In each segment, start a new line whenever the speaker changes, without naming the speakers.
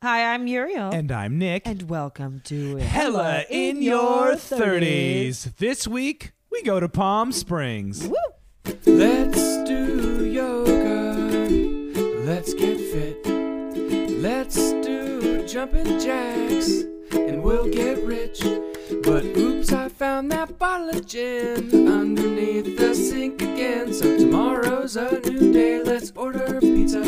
Hi, I'm Muriel.
Oh. And I'm Nick.
And welcome to
Hella in your 30s. This week, we go to Palm Springs.
Woo!
Let's do yoga. Let's get fit. Let's do jumping jacks and we'll get rich. But oops, I found that bottle of gin underneath the sink again. So tomorrow's a new day. Let's order pizza.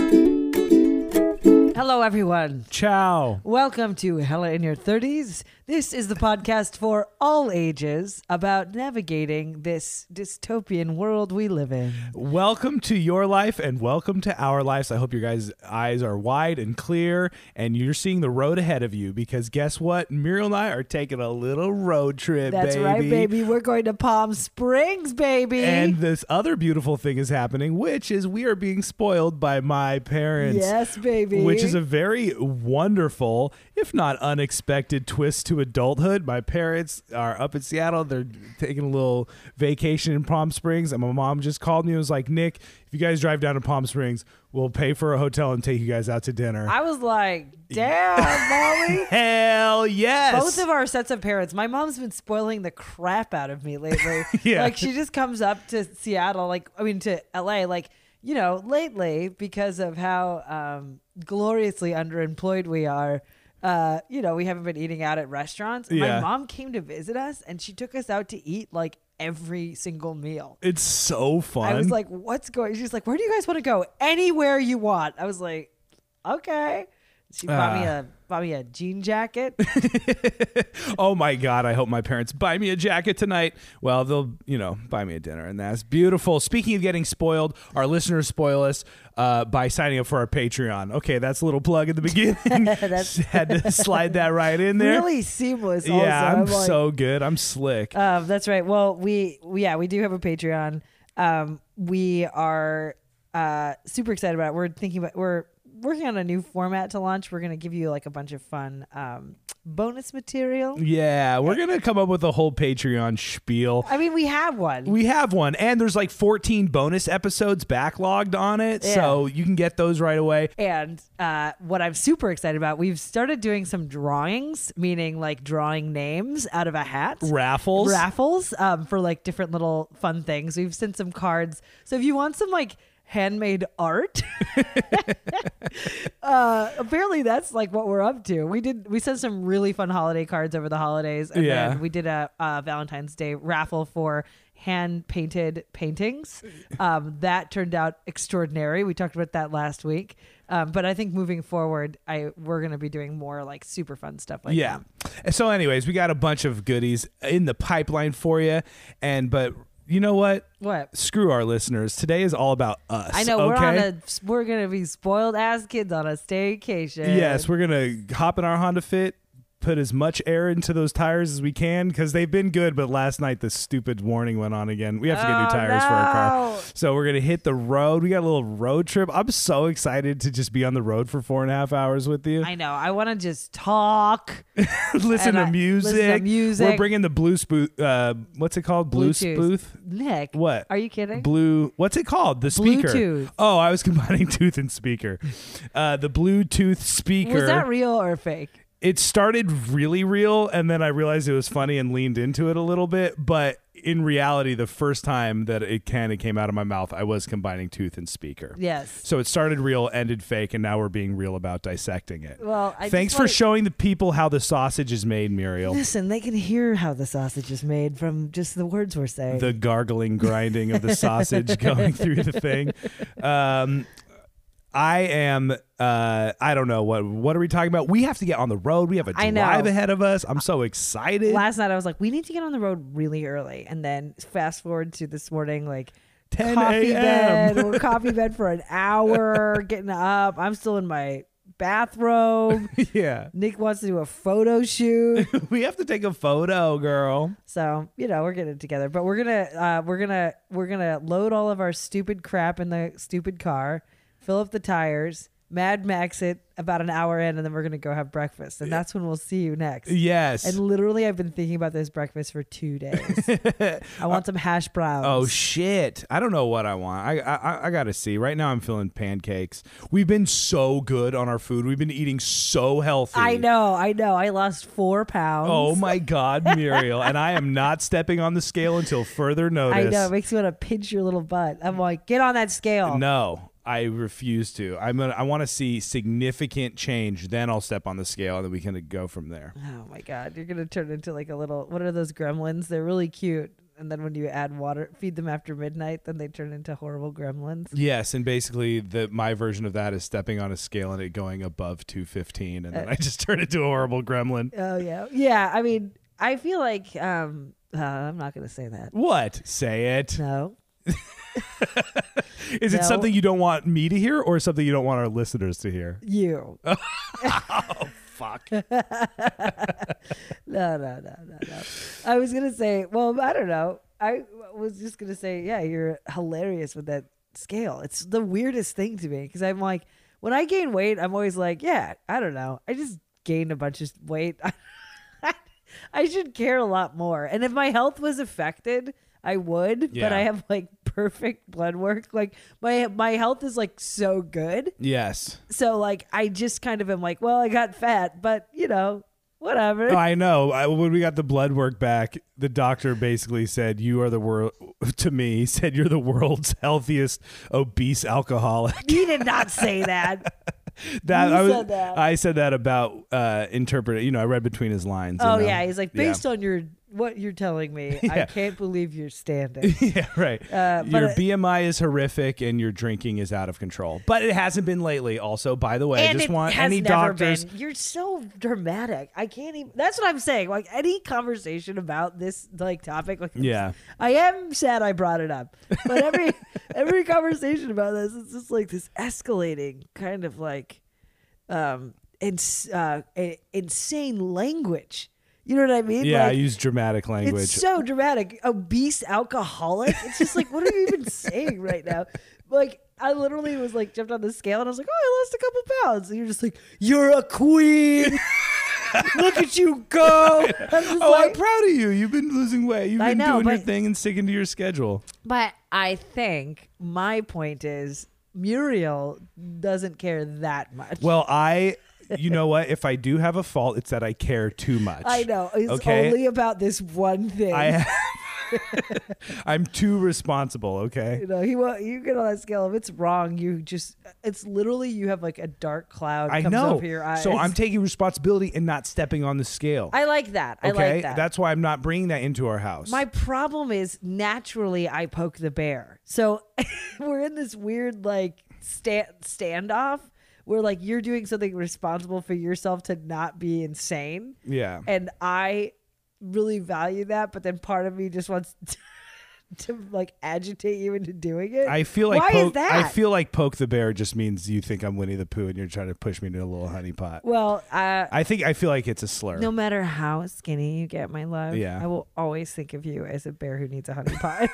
Hello, everyone.
Ciao.
Welcome to Hella in Your 30s. This is the podcast for all ages about navigating this dystopian world we live in.
Welcome to your life and welcome to our lives. I hope your guys' eyes are wide and clear and you're seeing the road ahead of you because guess what? Muriel and I are taking a little road trip,
That's
baby.
right, baby. We're going to Palm Springs, baby.
And this other beautiful thing is happening, which is we are being spoiled by my parents.
yes, baby.
Which is a very wonderful, if not unexpected, twist to adulthood. My parents are up in Seattle. They're taking a little vacation in Palm Springs. And my mom just called me and was like, Nick, if you guys drive down to Palm Springs, we'll pay for a hotel and take you guys out to dinner.
I was like, damn, Molly.
Hell yes.
Both of our sets of parents. My mom's been spoiling the crap out of me lately.
Yeah.
Like she just comes up to Seattle, like I mean to LA, like, you know, lately because of how um gloriously underemployed we are. Uh, you know, we haven't been eating out at restaurants.
Yeah.
My mom came to visit us and she took us out to eat like every single meal.
it's so fun.
I was like, what's going She's like, where do you guys want to go? Anywhere you want. I was like, okay. She bought me
Ah.
a bought me a jean jacket.
oh my god i hope my parents buy me a jacket tonight well they'll you know buy me a dinner and that's beautiful speaking of getting spoiled our listeners spoil us uh, by signing up for our patreon okay that's a little plug at the beginning
That's-
had to slide that right in there
really seamless. Also.
yeah i'm,
like-
so good i'm slick
Um, that's right. Well, we we- yeah we do have a Patreon. Um, we are uh, super excited about. it. We're thinking about we're working on a new format to launch. We're gonna give you like a bunch of fun um, bonus material.
yeah
uh,
we're gonna come up with a whole patreon spiel
I mean, we have one.
we have one and there's like 14 bonus episodes backlogged on it so you can get those right away
and uh, what I'm super excited about, we've started doing some drawings, meaning like drawing names out of a hat.
raffles
raffles um, for like different little fun things. We've sent some cards. So if you want some like handmade art, uh, apparently that's like what we're up to. We did we sent some really fun holiday cards over the holidays, and
Yeah.
then we did a, uh Valentine's Day raffle for hand painted paintings. Um, that turned out extraordinary. We talked about that last week. Um, but I think moving forward, I we're gonna be doing more like super fun stuff like
yeah.
that.
And So, anyways, we got a bunch of goodies in the pipeline for you, and but you know what?
What?
Screw our listeners. Today is all about us.
I know
Okay.
we're on a we're gonna be spoiled ass kids on a staycation.
yes, we're gonna hop in our Honda Fit. Put as much air into those tires as we can because they've been good. But last night the stupid warning went on again. We have to get new
Oh,
tires for our car,
no.
so we're gonna hit the road. We got a little road trip. I'm so excited to just be on the road for four and a half hours with you.
I know. I want to just talk.
listen,
and I-
to
listen to
music. We're
music.
bringing the blue spooth. Uh, what's it called? Blue
Bluetooth.
spooth.
Nick,
What?
Are you kidding?
Blue. What's it called? The speaker.
Bluetooth.
Oh, I was combining tooth and speaker. Uh, the Bluetooth speaker.
Was that real or fake?
it started really real, and then I realized it was funny and leaned into it a little bit. But in reality, the first time that it kind of came out of my mouth, I was combining tooth and speaker.
Yes.
So it started real, ended fake, and now we're being real about dissecting it.
Well, I just
thanks for
wanna-
showing the people how the sausage is made, Muriel.
Listen, they can hear how the sausage is made from just the words we're saying.
the gargling grinding of the sausage going through the thing. Um, I am. Uh, I don't know what. What are we talking about? We have to get on the road. We have a
I know.
drive ahead of us. I'm so excited.
Last night I was like, we need to get on the road really early, and then fast forward to this morning, like.
10
coffee
a.m..
bed. We're coffee bed for an hour. Getting up. I'm still in my bathrobe.
yeah,
Nick wants to do a photo shoot.
we have to take a photo, girl.
So you know we're getting it together, but we're gonna uh, we're gonna we're gonna load all of our stupid crap in the stupid car, fill up the tires, Mad Max it about an hour in, and then we're gonna go have breakfast, and that's when we'll see you next.
Yes.
And literally, I've been thinking about this breakfast for two days. I want some hash browns.
Uh, Oh shit! I don't know what I want. I, I I- I gotta see. Right now, I'm feeling pancakes. We've been so good on our food. We've been eating so healthy.
I know, I know. I lost four pounds.
Oh my god, Muriel! and I am not stepping on the scale until further
I
notice.
know. It makes me want to pinch your little butt. I'm like, get on that scale.
No, I refuse to. I'm gonna. I want to see significant change. Then I'll step on the scale, and then we can go from there.
Oh my god, you're gonna turn into like a little. What are those gremlins? They're really cute. And then when you add water, feed them after midnight, then they turn into horrible gremlins.
Yes, and basically, the my version of that is stepping on a scale and it going above 215, and then
Uh.
I just turn into a horrible gremlin.
Oh yeah, yeah. I mean, I feel like um, uh, I'm not gonna say that.
What? Say it.
No,
Is
No.
it something you don't want me to hear or something you don't want our listeners to hear?
you.
Fuck.
No, no, no, no, no. I was gonna say, well, I don't know. I was just gonna say, yeah, you're hilarious with that scale. It's the weirdest thing to me because I'm like, when I gain weight, I'm always like, yeah, I don't know. I just gained a bunch of weight. I should care a lot more. And if my health was affected, I would.
Yeah.
But I have like perfect blood work. Like my my health is like so good.
Yes.
So like I just kind of am like, well, I got fat, but you know, whatever.
Oh, I know. I, when we got the blood work back, the doctor basically said, You are the world, to me, he said, You're the world's healthiest obese alcoholic.
He did not say that.
That,
You
I,
said that.
I said that about uh, interpreting, you know, I read between his lines. you
oh
know?
yeah, he's like
Yeah.
based on your what you're telling me,
Yeah.
I can't believe you're standing.
yeah, right.
Uh, but,
your
uh,
BMI is horrific and your drinking is out of control. But it hasn't been lately, also, by the way. I
and
just
it
want
has
any
never
doctors.
Been. You're so dramatic. I can't even. That's what I'm saying. Like any conversation about this like topic. Like
Yeah.
I am sad I brought it up, but every every conversation about this is just like this escalating kind of like, um, ins- uh, a- insane language. You know what I mean?
Yeah,
Like,
I use dramatic language.
It's so dramatic. Obese alcoholic. It's just like, what are you even saying right now? Like, I literally was like jumped on the scale and I was like, oh, I lost a couple pounds. And you're just like, you're a queen. Look at you go. I'm just
Oh, I'm
like,
proud of you. You've been losing weight. You've
I
been
know,
doing your
but-
thing and sticking to your schedule.
but I think my point is Muriel doesn't care that much.
Well, I, you know what? If I do have a fault, it's that I care too much.
I know. It's
okay.
only about this one thing.
I have. I'm too responsible. Okay.
You know, he will. You get on that scale. If it's wrong, you just—it's literally you have like a dark cloud
I
comes
know.
over your eyes.
So I'm taking responsibility and not stepping on the scale.
I like that. I
okay.
like that.
That's why I'm not bringing that into our house.
my problem is naturally I poke the bear. So we're in this weird like stand standoff where like you're doing something responsible for yourself to not be insane.
yeah.
And I really value that, but then part of me just wants to, like agitate you into doing it.
I feel like
why
poke,
is that?
I feel like poke the bear just means you think I'm Winnie the Pooh and you're trying to push me into a little honeypot.
well, uh,
I think I feel like it's a slur.
No matter how skinny you get, my love,
Yeah.
I will always think of you as a bear who needs a honey pot.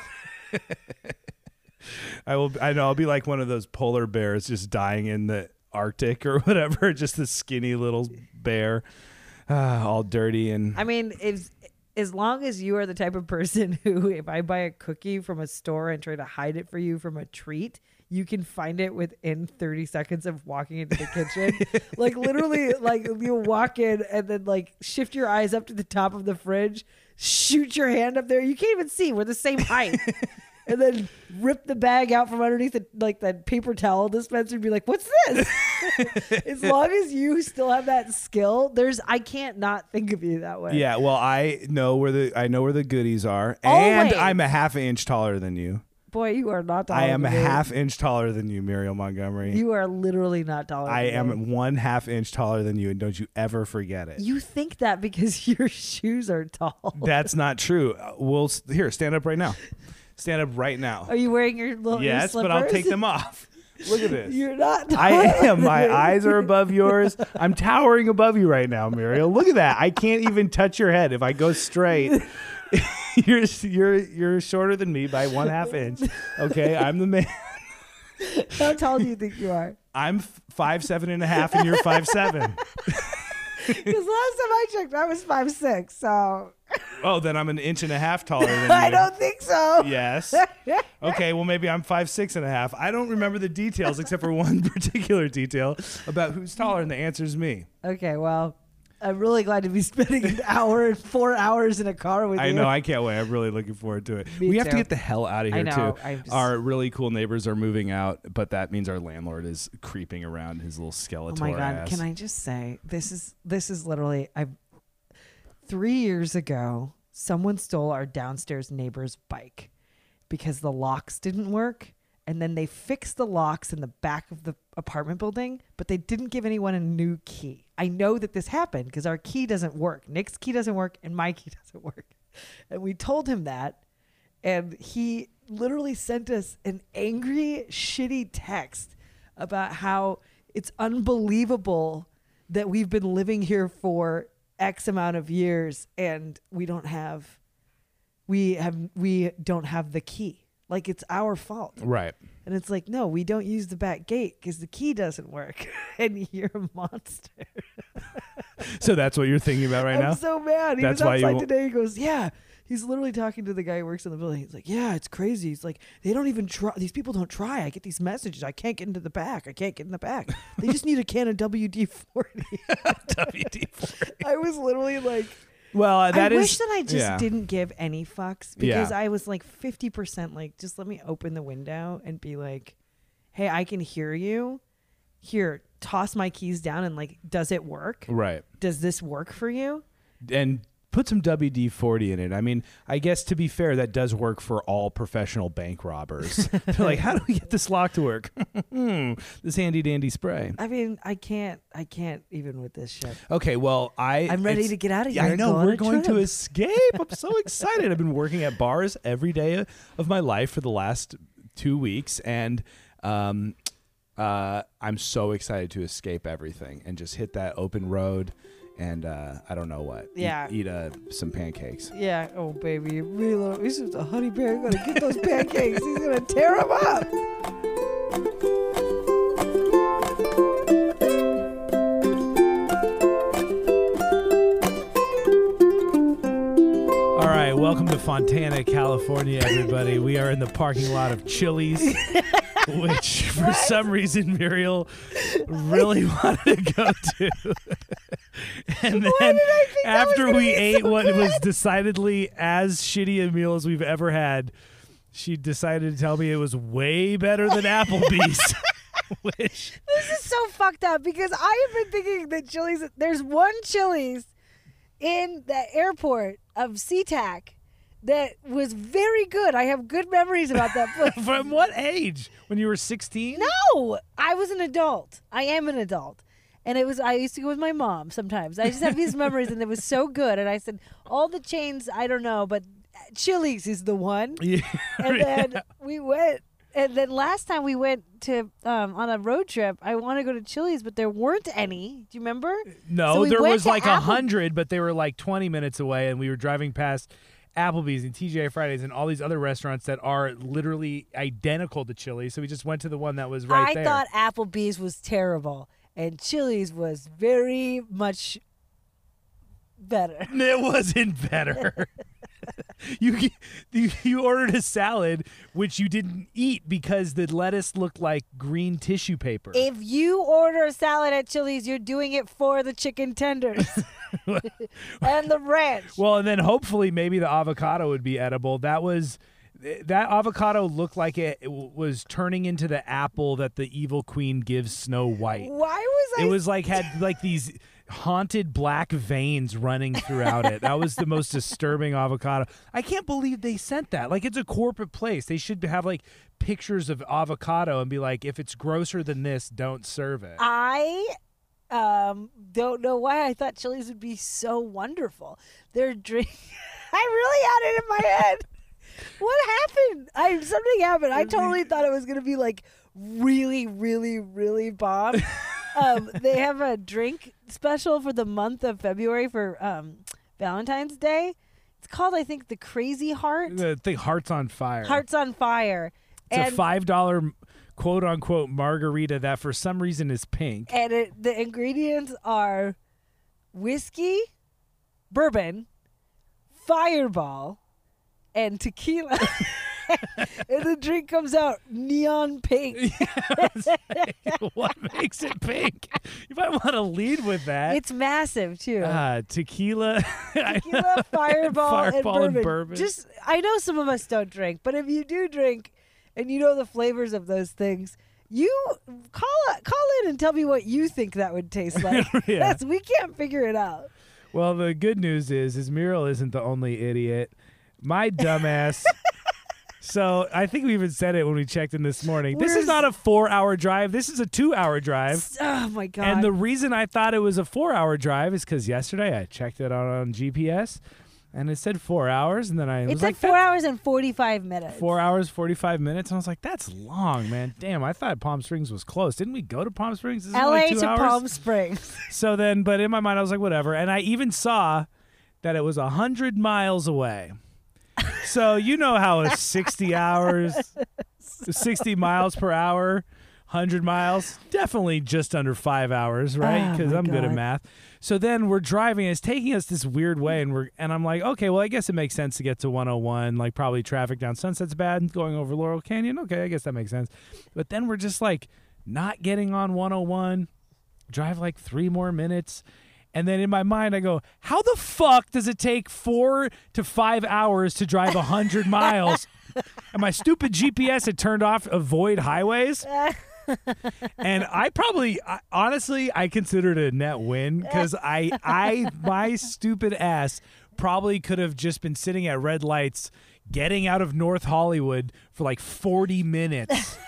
I will. I know. I'll be like one of those polar bears just dying in the Arctic or whatever. Just the skinny little bear, uh, all dirty and
I mean, if as long as you are the type of person who, if I buy a cookie from a store and try to hide it for you from a treat, you can find it within 30 seconds of walking into the kitchen. like literally, like you walk in and then like shift your eyes up to the top of the fridge, shoot your hand up there. You can't even see. We're the same height. And then rip the bag out from underneath the, like that paper towel dispenser and be like, "What's this?" as long as you still have that skill, there's I can't not think of you that way.
yeah. Well, I know where the I know where the goodies are, and
Always.
I'm a half an inch taller than you.
Boy, you are not taller.
I am a
than me.
half inch taller than you, Muriel Montgomery.
You are literally not taller.
I
than me.
am one half inch taller than you, and don't you ever forget it.
You think that because your shoes are tall.
That's not true. Uh, We'll s- here stand up right now. Stand up right now.
Are you wearing your little your
Yes, but I'll
slippers?
take them off. Look at this.
You're not.
I
taller
am.
than me.
My eyes are above yours. I'm towering above you right now, Muriel. Look at that. I can't even touch your head. If I go straight, you're you're you're shorter than me by one half inch. Okay, I'm the man.
How tall do you think you are?
I'm f- five seven and a half, and you're five seven.
Because last time I checked, I was five six. So
Oh, then I'm an inch and a half taller than you.
I don't think so.
Yes. Okay, well maybe I'm five six and a half. I don't remember the details except for one particular detail about who's taller, and the answer is me.
Okay, well, I'm really glad to be spending an hour, four hours in a car with
I
you.
know. I can't wait. I'm really looking forward to it.
Me
we have to
too.
get the hell out of
I
here
know,
too.
I'm just-
Our really cool neighbors are moving out, but that means our landlord is creeping around his little
Oh
skeleton.
my god! Can I just say this is this is literally I. Three years ago, someone stole our downstairs neighbor's bike because the locks didn't work, and then they fixed the locks in the back of the apartment building, but they didn't give anyone a new key. I know that this happened because our key doesn't work. Nick's key doesn't work, and my key doesn't work, and we told him that, and he literally sent us an angry, shitty text about how it's unbelievable that we've been living here for X amount of years and we don't have we have we don't have the key. Like it's our fault.
Right.
And it's like, no, we don't use the back gate because the key doesn't work. and you're a monster.
So that's what you're thinking about right
I'm
now.
so mad. He
That's
was
why you
outside
won't-
today. He goes, yeah. He's literally talking to the guy who works in the building. He's like, yeah, it's crazy. He's like, they don't even try. These people don't try. I get these messages. I can't get into the back. I can't get in the back. They just need a can of WD forty.
WD-40.
I was literally like,
Well, uh, that
I
is.
wish that I just
yeah.
didn't give any fucks
Yeah.
because I was like fifty percent like, just let me open the window and be like, hey, I can hear you. Here, toss my keys down and like, does it work?
Right.
Does this work for you?
and put some WD 40 in it. I mean, I guess to be fair, that does work for all professional bank robbers. They're like, how do we get this lock to work? Hmm, this handy dandy spray.
I mean, I can't, I can't even with this shit.
Okay, well, I
I'm ready
it's-
to get out of
Yeah,
here
I
and
know
go on
we're
a
going to
trip.
escape. I'm so excited. I've been working at bars every day of my life for the last two weeks, and um, uh, I'm so excited to escape everything and just hit that open road, and uh, I don't know what. Eat-
Yeah.
eat, uh, some pancakes.
Yeah. Oh, baby, reload. This is a honey bear. Gonna get those pancakes. He's gonna tear them up.
All right, welcome to Fontana, California, everybody. We are in the parking lot of Chili's, which for some reason Muriel really wanted to go to. and then after we ate what was decidedly as shitty a meal as we've ever had, she decided to tell me it was way better than Applebee's. which
This is so fucked up because I have been thinking that Chili's. There's one Chili's in the airport of SeaTac that was very good. I have good memories about that place.
from what age? When you were 16?
No, I was an adult. I am an adult. And it was I used to go with my mom sometimes. I just have these memories and it was so good and I said all the chains I don't know but Chili's is the one.
Yeah.
And then we went and then last time we went to um, on a road trip, I want to go to Chili's but there weren't any. Do you remember?
Uh, No,
So we
there
went
was
to
like a
Apple-
hundred, but they were like twenty minutes away, and we were driving past Applebee's and TGI Fridays and all these other restaurants that are literally identical to Chili's. So we just went to the one that was right
I
there.
thought Applebee's was terrible and Chili's was very much better.
it wasn't better. you you you ordered a salad which you didn't eat because the lettuce looked like green tissue paper.
If you order a salad at Chili's, you're doing it for the chicken tenders and the ranch.
Well, and then hopefully maybe the avocado would be edible. That was eh, that avocado looked like it, it was turning into the apple that the evil queen gives Snow White.
Why was I?
It was like had like these haunted black veins running throughout it. That was the most disturbing avocado. I can't believe they sent that. Like it's a corporate place. They should have like pictures of avocado and be like if it's grosser than this, don't serve it.
I um, don't know why I thought Chili's would be so wonderful. Their drink. I really had it in my head. What happened? I something happened. I totally thought it was gonna be like really, really, really bomb. um, they have a drink special for the month of February for um, Valentine's Day. It's called, I think, the Crazy Heart.
the thing hearts on fire.
Hearts on Fire.
It's a
And
five dollar quote unquote margarita that for some reason is pink.
and it, the ingredients are whiskey, bourbon, fireball, and tequila. and the drink comes out neon pink.
what makes it pink? You might want to lead with that.
It's massive too.
Ah, tequila.
tequila, fireball,
Fireball and
and, bourbon.
bourbon.
Just I know some of us don't drink, but if you do drink and you know the flavors of those things, you call call in and tell me what you think that would taste like.
Yeah.
That's we can't figure it out.
well, the good news is, is Muriel isn't the only idiot. My dumbass. so I think we even said it when we checked in this morning. this is
Where's-
not a four-hour drive. This is a two-hour drive.
Oh my god.
And the reason I thought it was a four hour drive is because yesterday I checked it out on GPS and it said four hours. And then I
It
was
said
like,
four
"That-
hours and forty-five minutes.
four hours, 45 minutes. And I was like, that's long, man. Damn, I thought Palm Springs was close. Didn't we go to Palm Springs? This is
LA
only two
to
hours.
Palm Springs.
So then, but in my mind, I was like, whatever. And I even saw that it was 100 miles away. So you know how it's 60 hours, 60 miles per hour, 100 miles, definitely just under five hours, right?
Oh,
Because
my
I'm good at
God.
math. So then we're driving, and it's taking us this weird way, and we're and I'm like, okay, well, I guess it makes sense to get to 101. Like probably traffic down Sunset's bad, going over Laurel Canyon. Okay, I guess that makes sense. But then we're just like not getting on 101 drive like three more minutes. And then in my mind, I go, how the fuck does it take four to five hours to drive 100 miles? And my stupid GPS had turned off avoid highways. and I probably, I, honestly, I considered it a net win because I, I, my stupid ass probably could have just been sitting at red lights getting out of North Hollywood for like 40 minutes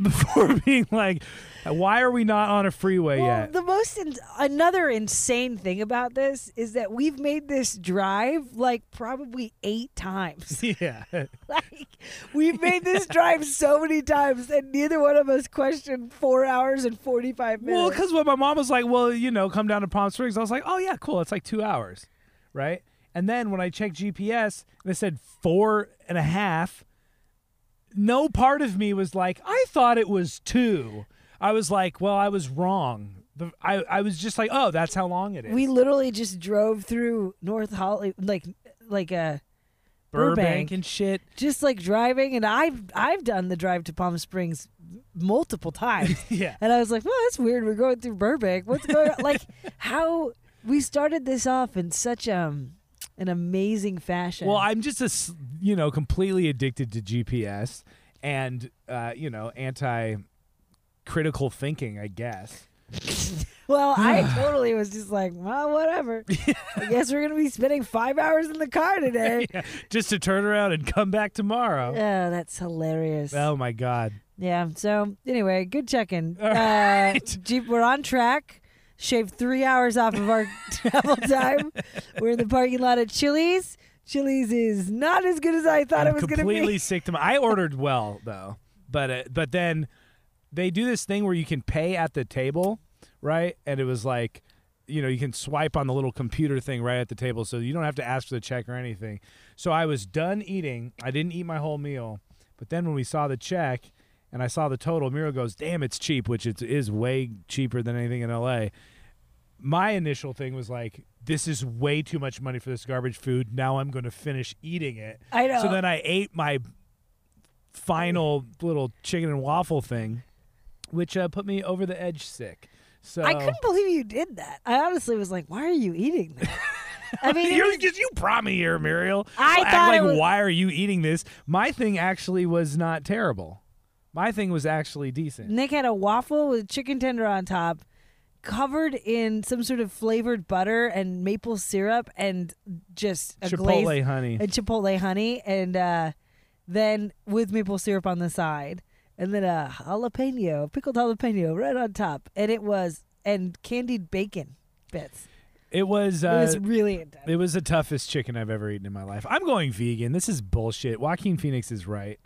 before being like, why are we not on a freeway
Well,
yet?
the most in- another insane thing about this is that we've made this drive like probably eight times.
yeah.
like we've made this drive so many times, and neither one of us questioned four hours and forty-five minutes.
Well, because when my mom was like, well, you know, come down to Palm Springs, I was like, oh, yeah, cool. It's like two hours, right? And then when I checked GPS and it said four and a half, no part of me was like, I thought it was two. I was like, well, I was wrong. The, I, I was just like, oh, that's how long it is.
we literally just drove through North Holly, like like a.
Burbank,
Burbank.
and shit.
Just like driving, and I've I've done the drive to Palm Springs multiple times.
Yeah.
And I was like, well, that's weird. We're going through Burbank. What's going on? Like, how we started this off in such um an amazing fashion.
Well, I'm just a s- you know completely addicted to GPS and uh, you know anti critical thinking, I guess.
well, I totally was just like, well, whatever. I guess we're gonna be spending five hours in the car today.
Just to turn around and come back tomorrow.
Oh, that's hilarious.
Oh my god.
Yeah. So anyway, good check-in.
All
uh,
right.
Jeep, we're on track. Shaved three hours off of our travel time. We're in the parking lot at Chili's. Chili's is not as good as I thought
I'm
it was going to be.
completely sick to my. I ordered well though, but uh, but then they do this thing where you can pay at the table, right? And it was like, you know, you can swipe on the little computer thing right at the table, so you don't have to ask for the check or anything. So I was done eating. I didn't eat my whole meal, but then when we saw the check and I saw the total, Miro goes, "Damn, it's cheap," which it is way cheaper than anything in LA. my initial thing was like, this is way too much money for this garbage food. Now I'm going to finish eating it.
I know.
So then I ate my final little chicken and waffle thing, which uh, put me over the edge sick. So
I couldn't believe you did that. I honestly was like, why are you eating that? I mean, it
You're
was-
just you prommy here, Muriel.
I
Act
thought it
like,
was-
why are you eating this? My thing actually was not terrible. My thing was actually decent.
Nick had a waffle with chicken tender on top, covered in some sort of flavored butter and maple syrup and just a
Chipotle
glaze
honey.
and chipotle honey, and uh, then with maple syrup on the side, and then a jalapeno, pickled jalapeno, right on top, and it was and candied bacon bits.
It was
It
uh,
was really intense.
It was the toughest chicken I've ever eaten in my life. I'm going vegan. This is bullshit. Joaquin Phoenix is right.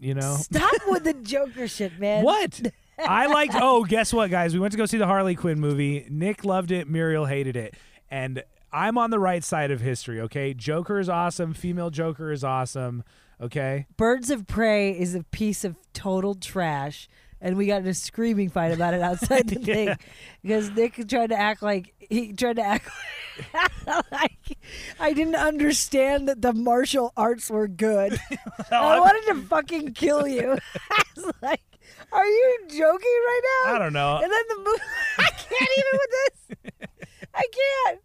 You know
Stop with the Joker shit, man.
what? I liked. Oh, guess what, guys? We went to go see the Harley Quinn movie. Nick loved it. Muriel hated it. And I'm on the right side of history. Okay, Joker is awesome. Female Joker is awesome. Okay.
Birds of Prey is a piece of total trash, and we got in a screaming fight about it outside the thing because Nick tried to act like he tried to act like I didn't understand that the martial arts were good. I wanted to fucking kill you. I was like, "Are you joking right now?"
I don't know.
And then the movie, I can't even with this. I can't.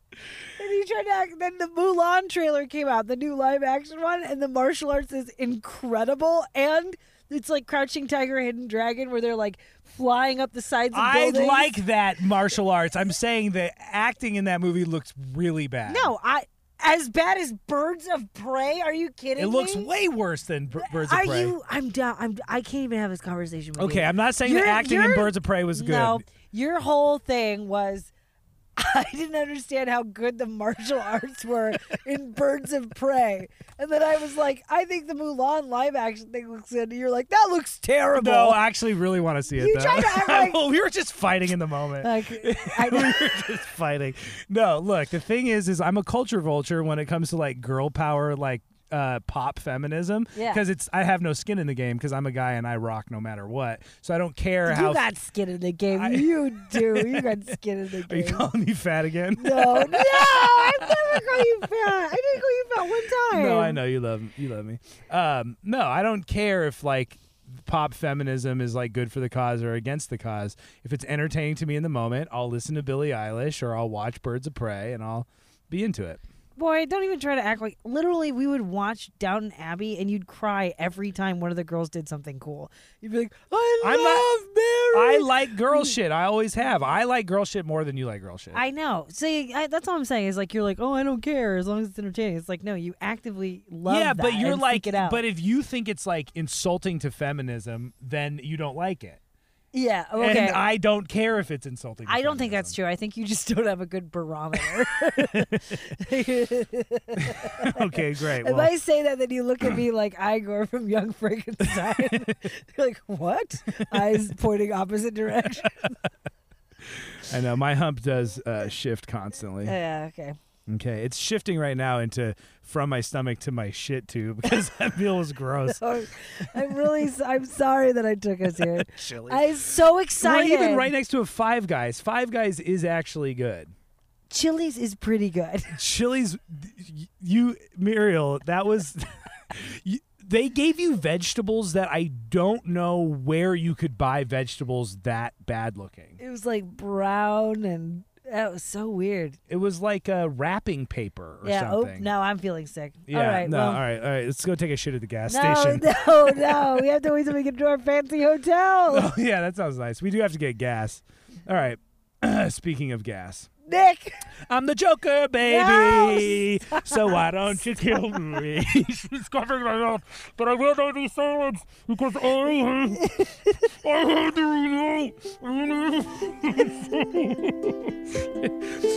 And he tried to act. Then the Mulan trailer came out, the new live action one, and the martial arts is incredible. And it's like Crouching Tiger, Hidden Dragon, where they're like flying up the sides of
I
buildings.
like that martial arts. I'm saying the acting in that movie looks really bad.
No, I as bad as Birds of Prey. Are you kidding
It looks
me?
way worse than B- Birds of
Are
Prey.
you? I'm down. I'm. I can't even have this conversation with you.
okay, I'm not saying the
You're-
acting in
you're-
Birds of Prey was good.
No, your whole thing was I didn't understand how good the martial arts were in Birds of Prey. And then I was like, I think the Mulan live action thing looks good. And you're like, that looks terrible.
No, I actually really want to see it.
You
though.
tried to act like- Uh,
Well, we were just fighting in the moment.
like,
we
I,
were just fighting. No, look, the thing is, is I'm a culture vulture when it comes to like girl power, like uh, pop feminism.
Yeah.
Because it's I have no skin in the game because I'm a guy and I rock no matter what. So I don't care how.
you got skin in the game.
I-
you do. You got skin in the
Are you
game.
calling me fat again?
No, no, I never call you fat. I didn't call you fat one time.
No, I know you love you love me. Um, no, I don't care if like pop feminism is like good for the cause or against the cause. If it's entertaining to me in the moment, I'll listen to Billie Eilish or I'll watch Birds of Prey and I'll be into it.
Boy, don't even try to act like. Literally, we would watch Downton Abbey, and you'd cry every time one of the girls did something cool. You'd be like, "I
I'm
love
I
Mary."
like girl shit. I always have. I like girl shit more than you like girl shit.
I know. See, I, that's all I'm saying is like you're like, oh, I don't care as long as it's entertaining. It's like no, you actively love.
yeah,
that
but you're
and
like,
seek it out.
but if you think it's like insulting to feminism, then you don't like it.
yeah, okay.
And I don't care if it's insulting. To
I don't think that's
feminism.
true. I think you just don't have a good barometer.
okay, great.
if
Well,
I say that, then you look at me like Igor from Young Frankenstein. you're like, what? Eyes pointing opposite direction.
I know my hump does uh, shift constantly.
yeah, okay.
Okay, it's shifting right now into from my stomach to my shit tube because that meal was gross.
So I'm really. s- I'm sorry that I took us here.
Chili.
I'm so
We're
excited.
even right next to a Five Guys. Five Guys is actually good.
Chili's is pretty good.
Chili's, you Muriel, that was. you, they gave you vegetables that I don't know where you could buy vegetables that bad looking.
It was like brown and that was so weird.
It was like a wrapping paper or
yeah.
something.
Oh, now I'm feeling sick.
Yeah.
all right.
no.
well,
all right. All right. Let's go take a shit at the gas
no,
station.
no, no. We have to wait till we get to our fancy hotel.
Oh, yeah, that sounds nice. We do have to get gas. All right. Speaking of gas,
Nick,
I'm the Joker, baby. so why don't you kill me? She's covering my mouth, but I will not be silent because I hate, I hate the remote.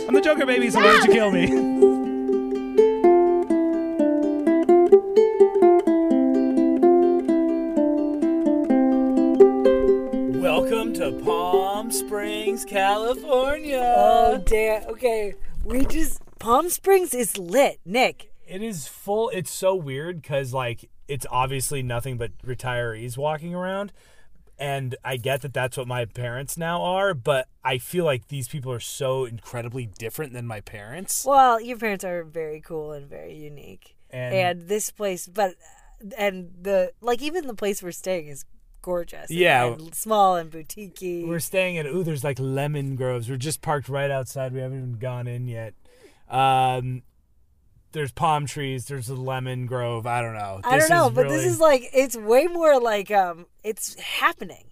I'm the Joker, baby. So why don't you kill me?
Welcome to Palm Springs, California.
Oh damn. Okay, we just Palm Springs is lit. Nick,
It is full. It's so weird because like it's obviously nothing but retirees walking around, and I get that that's what my parents now are, but I feel like these people are so incredibly different than my parents.
Well, your parents are very cool and very unique.
And-
And, this place, but and the like, even the place we're staying is gorgeous.
Yeah.
and small and boutiquey.
We're staying at ooh, there's like lemon groves. We're just parked right outside. We haven't even gone in yet. Um, there's palm trees. There's a lemon grove. I don't know.
I don't
This
know,
is
but
really-
this is like it's way more like um, it's happening.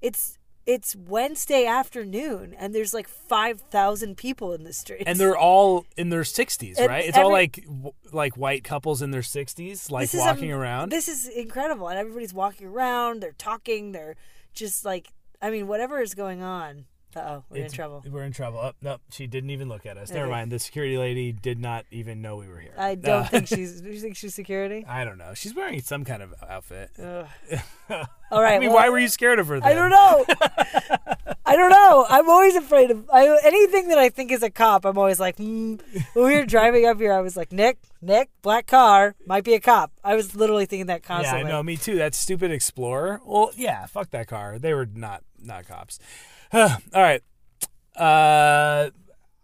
It's it's Wednesday afternoon, and there's like five thousand people in the streets.
and they're all in their 60s,
And
right? It's all
every-
like w- like white couples in their 60s, like
This is,
walking
um,
around.
This is incredible, and everybody's walking around. They're talking. They're just like, I mean, whatever is going on. Uh-oh, we're in
It's-
trouble.
We're in trouble. Oh, no, she didn't even look at us. Never
Okay.
mind. The security lady did not even know we were here.
I don't
Uh,
think she's. Do you think she's security?
I don't know. She's wearing some kind of outfit.
Ugh. All
I
right.
mean,
well,
why were you scared of her? Then?
I don't know. I don't know. I'm always afraid of I, anything that I think is a cop. I'm always like, mm. when we were driving up here, I was like, Nick, Nick, black car might be a cop. I was literally thinking that
Yeah, I
constantly.
know. Me too. That stupid Explorer. Well, yeah. Fuck that car. They were not not cops. All right. Uh,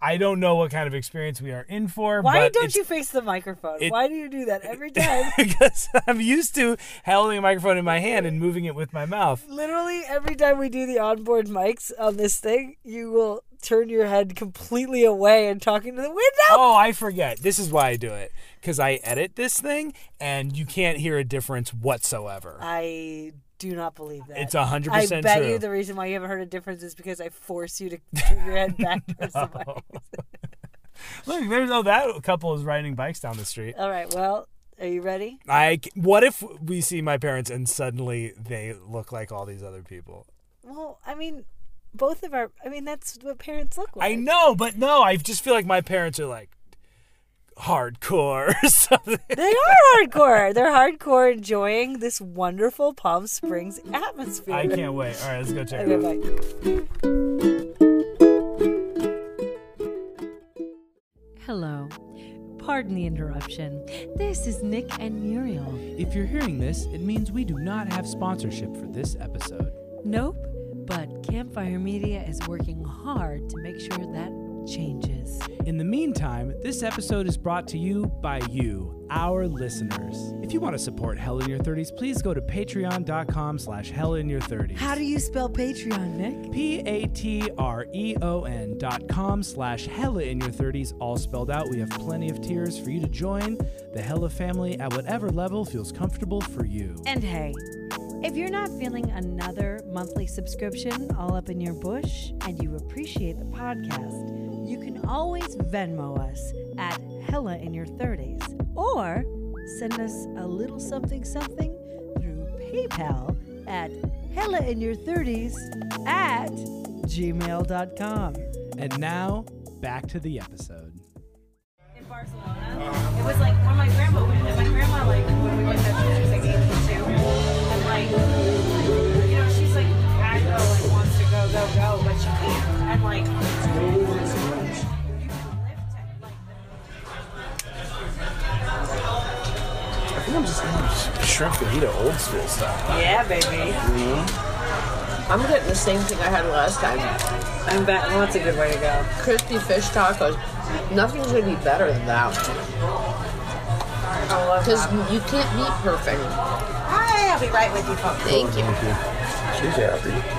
I don't know what kind of experience we are in for.
why
but
don't
it's-
you face the microphone?
it-
why do you do that every time?
because I'm used to holding a microphone in my hand and moving it with my mouth.
literally every time we do the onboard mics on this thing, you will turn your head completely away and talking to the window.
Oh, I forget. This is why I do it because I edit this thing and you can't hear a difference whatsoever.
I do not believe that.
It's 100%
I bet
true.
you the reason why you haven't heard a difference is because I force you to turn your head back towards the mic.
Look, there's oh that couple is riding bikes down the street.
All right. Well, are you ready?
I c- what if we see my parents and suddenly they look like all these other people?
Well, I mean, both of our. I mean, that's what parents look like.
I know, but no, I just feel like my parents are like hardcore or something.
They are hardcore. They're hardcore enjoying this wonderful Palm Springs atmosphere.
I can't wait. All right, let's go check it out.
Okay, bye.
Hello. Pardon the interruption. This is Nick and Muriel.
If you're hearing this, it means we do not have sponsorship for this episode.
Nope, but Campfire Media is working hard to make sure that changes.
In the meantime, this episode is brought to you by you, our listeners. If you want to support Hell in Your 30s, please go to patreon.com slash hell in your 30s.
How do you spell Patreon, Nick?
P-A-T-R-E-O-N E dot com slash hella in your 30s, all spelled out. We have plenty of tiers for you to join the hella family at whatever level feels comfortable for you.
And hey, if you're not feeling another monthly subscription all up in your bush and you appreciate the podcast, you can always Venmo us at Hella in Your 30s or send us a little something something through PayPal at Hella in Your 30s at gmail.com.
And now, back to the episode.
in Barcelona. It was like when my grandma went, and my grandma like when we went that trip, she was like 82, and like you know she's like aggro and wants to go go go, but she can't, and like. you can live to- like,
I think I'm just gonna shrimp fajita old school style.
Yeah, baby.
I'm getting the same thing I had last time.
I'm bet. Well, that's a good way to go.
Crispy fish tacos. Nothing's gonna be better than that.
I love
Because you can't be perfect.
Hi, I'll be right with you, folks.
Thank you.
She's happy.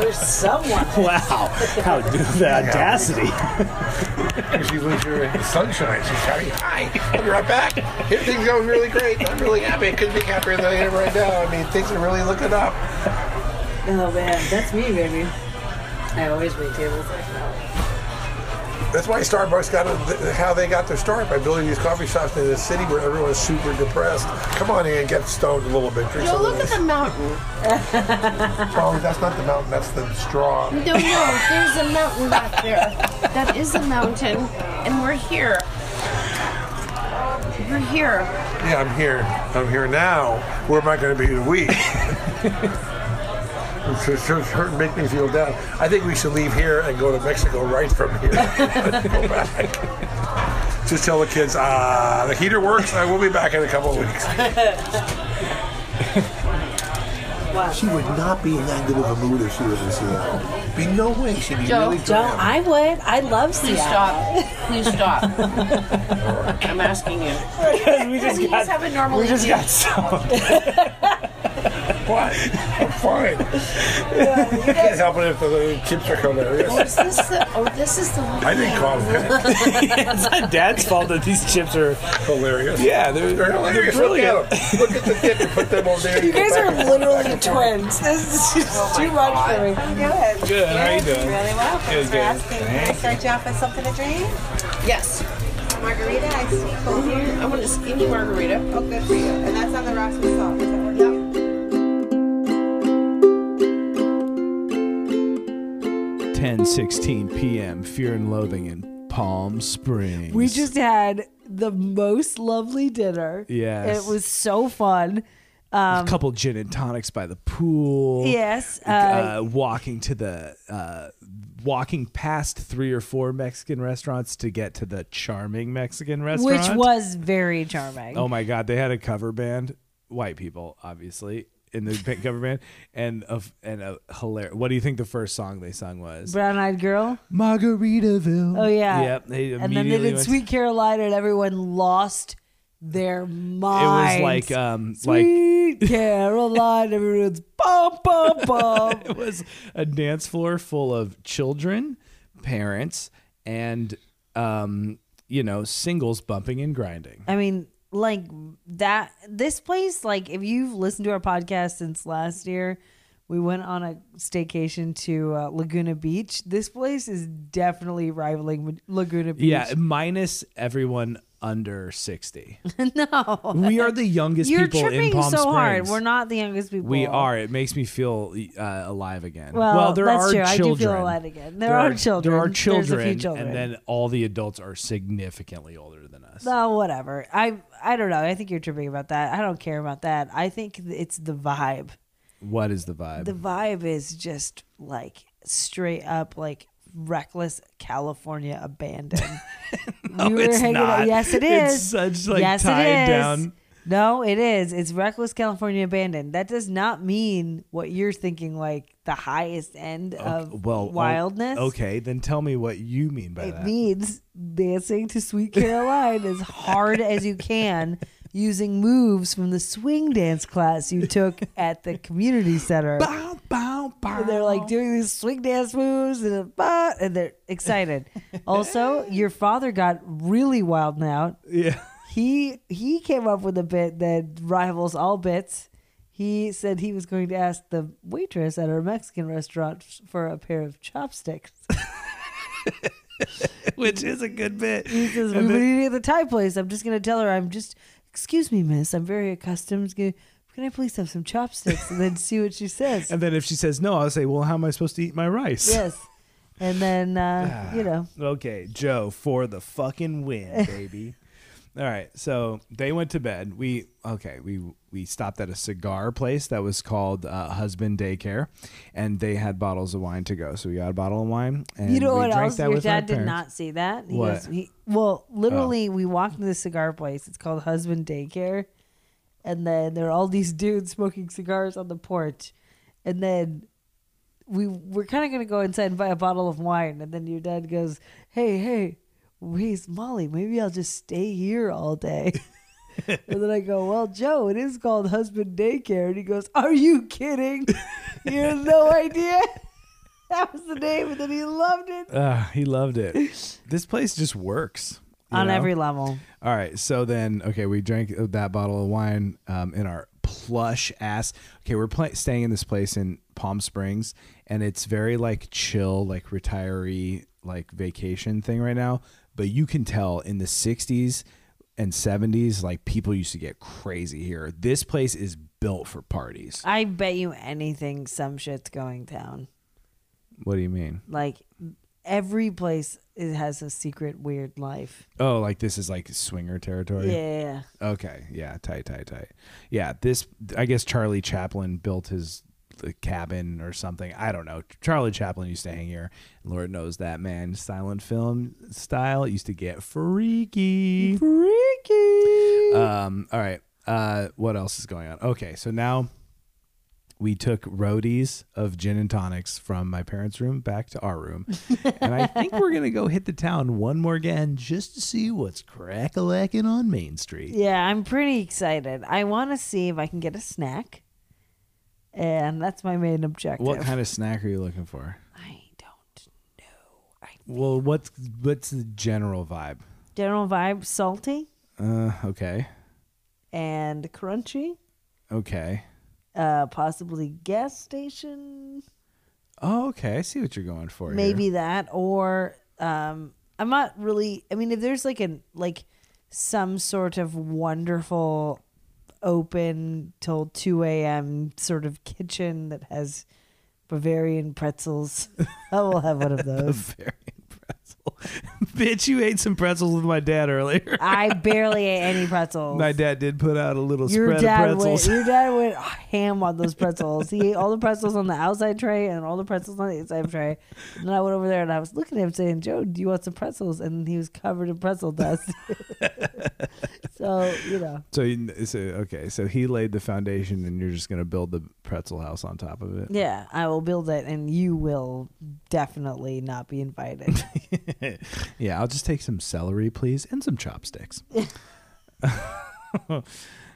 There's someone.
Wow. How do the audacity.
She lives here in the sunshine. She's happy. Hi, I'll be right back. Everything's going really great. I'm really happy. I couldn't be happier than I am right now. I mean, things are really looking up.
Oh man, that's me, baby. I always wait tables like that.
That's why Starbucks got a, how they got their start by building these coffee shops in a city where everyone's super depressed. Come on in and get stoned a little bit. Drink
No,
some
look
of
at the
this.
mountain.
Oh, that's not the mountain. That's the straw.
No, no, there's a mountain back there. That is a mountain. And we're here. We're here.
Yeah, I'm here. I'm here now. Where am I going to be in a week? It's just- it's hurting, make me feel down. I think we should leave here and go to Mexico right from here. go back. Just tell the kids, ah, the heater works. I will be back in a couple of weeks. She would not be in that good of a mood if she was in Seattle. Be no way she'd be
Joe,
really
Joe,
down.
I would. I love
Please
Seattle.
stop. Please stop. I'm asking you.
we just
Please
got
have a normal
we just
evening.
got stoned.
What? I'm fine. I can't help it if the little chips are coming. out.
Oh, is this the, oh, this is the one.
I didn't call them
it's not dad's fault that these chips are
hilarious.
Yeah, they're,
They're hilarious. Look at them. Look at the dip and put them over there.
You guys are literally twins. This is just too much for me.
I'm good.
Good, how you doing?
Really well. Thanks
Good,
for
good.
asking. Can I
Thank
start you off with something to drink?
Yes.
Margarita, I see cold here.
I want a skinny margarita.
Oh, good for you. And that's on the rocks with salt. Is that what you-
10:16 p.m. Fear and Loathing in Palm Springs.
We just had the most lovely dinner.
Yes.
It was um, so fun.
a couple gin and tonics by the pool.
Yes. Uh,
uh, walking to the uh, walking past three or four Mexican restaurants to get to the charming Mexican
which
restaurant,
was very charming.
oh my god, they had a cover band, white people obviously in the big cover band, and a and a hilarious. What do you think the first song they sung was?
Brown eyed girl.
Margaritaville.
Oh, yeah.
Yep. They immediately
And then they did
went-
Sweet Carolina and everyone lost their
It
minds.
was like um like.
Sweet Carolina, everyone's bum bum bum.
it was a dance floor full of children, parents, and um, you know, singles bumping and grinding.
I mean, like that. This place, like, if you've listened to our podcast since last year, we went on a staycation to uh, Laguna Beach. This place is definitely rivaling Ma- Laguna Beach.
Yeah, minus everyone under sixty.
no,
We are the youngest
you're
people
tripping
in Palm
so
Springs.
hard. We're not the youngest people.
We are. It makes me feel uh, alive again.
Well,
there
that's
are
true. I do
children.
feel alive again. There are children.
There are
There's a few
children,
children.
and then all the adults are significantly older than us.
No, whatever. I I don't know. I think you're tripping about that. I don't care about that. I think it's the vibe.
What is the vibe?
the vibe is just like straight up like reckless California abandon.
No, it's not.
Yes, it
It's
is.
such, like,
yes,
tied
it is.
down.
No, it is. It's reckless California abandon. That does not mean what you're thinking, like the highest end of
well, oh,
wildness.
Okay, then tell me what you mean by
It
that.
means dancing to Sweet Caroline as hard as you can using moves from the swing dance class you took at the community center.
bow, bow, bow.
And they're like doing these swing dance moves and, a bah, and they're excited. also, your father got really wild now.
yeah.
He he came up with a bit that rivals all bits. He said he was going to ask the waitress at our Mexican restaurant f- for a pair of chopsticks.
Which is a good bit.
He says, "We've been eating at the Thai place. I'm just going to tell her. I'm just, excuse me, miss. I'm very accustomed. Can I please have some chopsticks?" And then see what she says.
And then if she says no, I'll say, well, how am I supposed to eat my rice?
yes, and then uh, you know.
Okay, Joe, for the fucking win, baby. All right, so they went to bed. We okay, we we stopped at a cigar place that was called uh, Husband Daycare, and they had bottles of wine to go. So we got a bottle of wine, and
You know
we
what
drank
else?
that
Your
with our
dad did
parents.
not see that. He
What? Oh.
goes- he- well, literally, we walked into this cigar place. It's called Husband Daycare, and then there are all these dudes smoking cigars on the porch, and then we we're kind of gonna go inside and buy a bottle of wine, and then your dad goes, "Hey, hey, where's Molly? Maybe I'll just stay here all day." And then I go, Well, Joe, it is called husband daycare. And he goes, Are you kidding? You have no idea. That was the name. And then he loved it
Ah, he loved it. This place just works you
on
know?
every level.
All right, so then okay, we drank that bottle of wine um, in our plush ass. Okay, we're pla staying in this place in Palm Springs, and it's very like chill, like retiree, like vacation thing right now. But you can tell in the '60s and '70s, like people used to get crazy here. This place is built for parties.
I bet you anything, some shit's going down.
What do you mean?
Like every place it has a secret weird life.
Oh, like this is like swinger territory.
Yeah.
Okay. Yeah. Tight. Tight. Tight. Yeah. This. I guess Charlie Chaplin built his the cabin or something. I don't know. Charlie Chaplin used to hang here. Lord knows that man. Silent film style used to get freaky. Freaky. Um. All right. Uh. What else is going on? Okay. So now. We took roadies of gin and tonics from my parents' room back to our room. and I think we're going to go hit the town one more again just to see what's crack a lacking on Main Street.
Yeah, I'm pretty excited. I want to see if I can get a snack. And that's my main objective.
What kind of snack are you looking for?
I don't.
Well, what's what's the general vibe?
General vibe salty
Uh, okay,
and crunchy.
okay,
Uh, possibly gas station
oh, okay. I see what you're going for. here.
maybe that or um i'm not really i mean if there's like an like some sort of wonderful open till 2 a.m sort of kitchen that has Bavarian pretzels. I will have one of those.
Bavarian pretzel. Bitch, you ate some pretzels with my dad earlier.
I barely ate any pretzels.
My dad did put out a little
your
spread
dad
of
went.
pretzels.
Your dad went ham on those pretzels. he ate all the pretzels on the outside tray and all the pretzels on the inside tray. And then I went over there and I was looking at him saying, "Joe, do you want some pretzels?" And he was covered in pretzel dust. so you know,
So, you, so okay, so he laid the foundation, and you're just gonna build the pretzel house on top of it.
yeah, I will build it, and you will definitely not be invited.
yeah, I'll just take some celery, please, and some chopsticks. All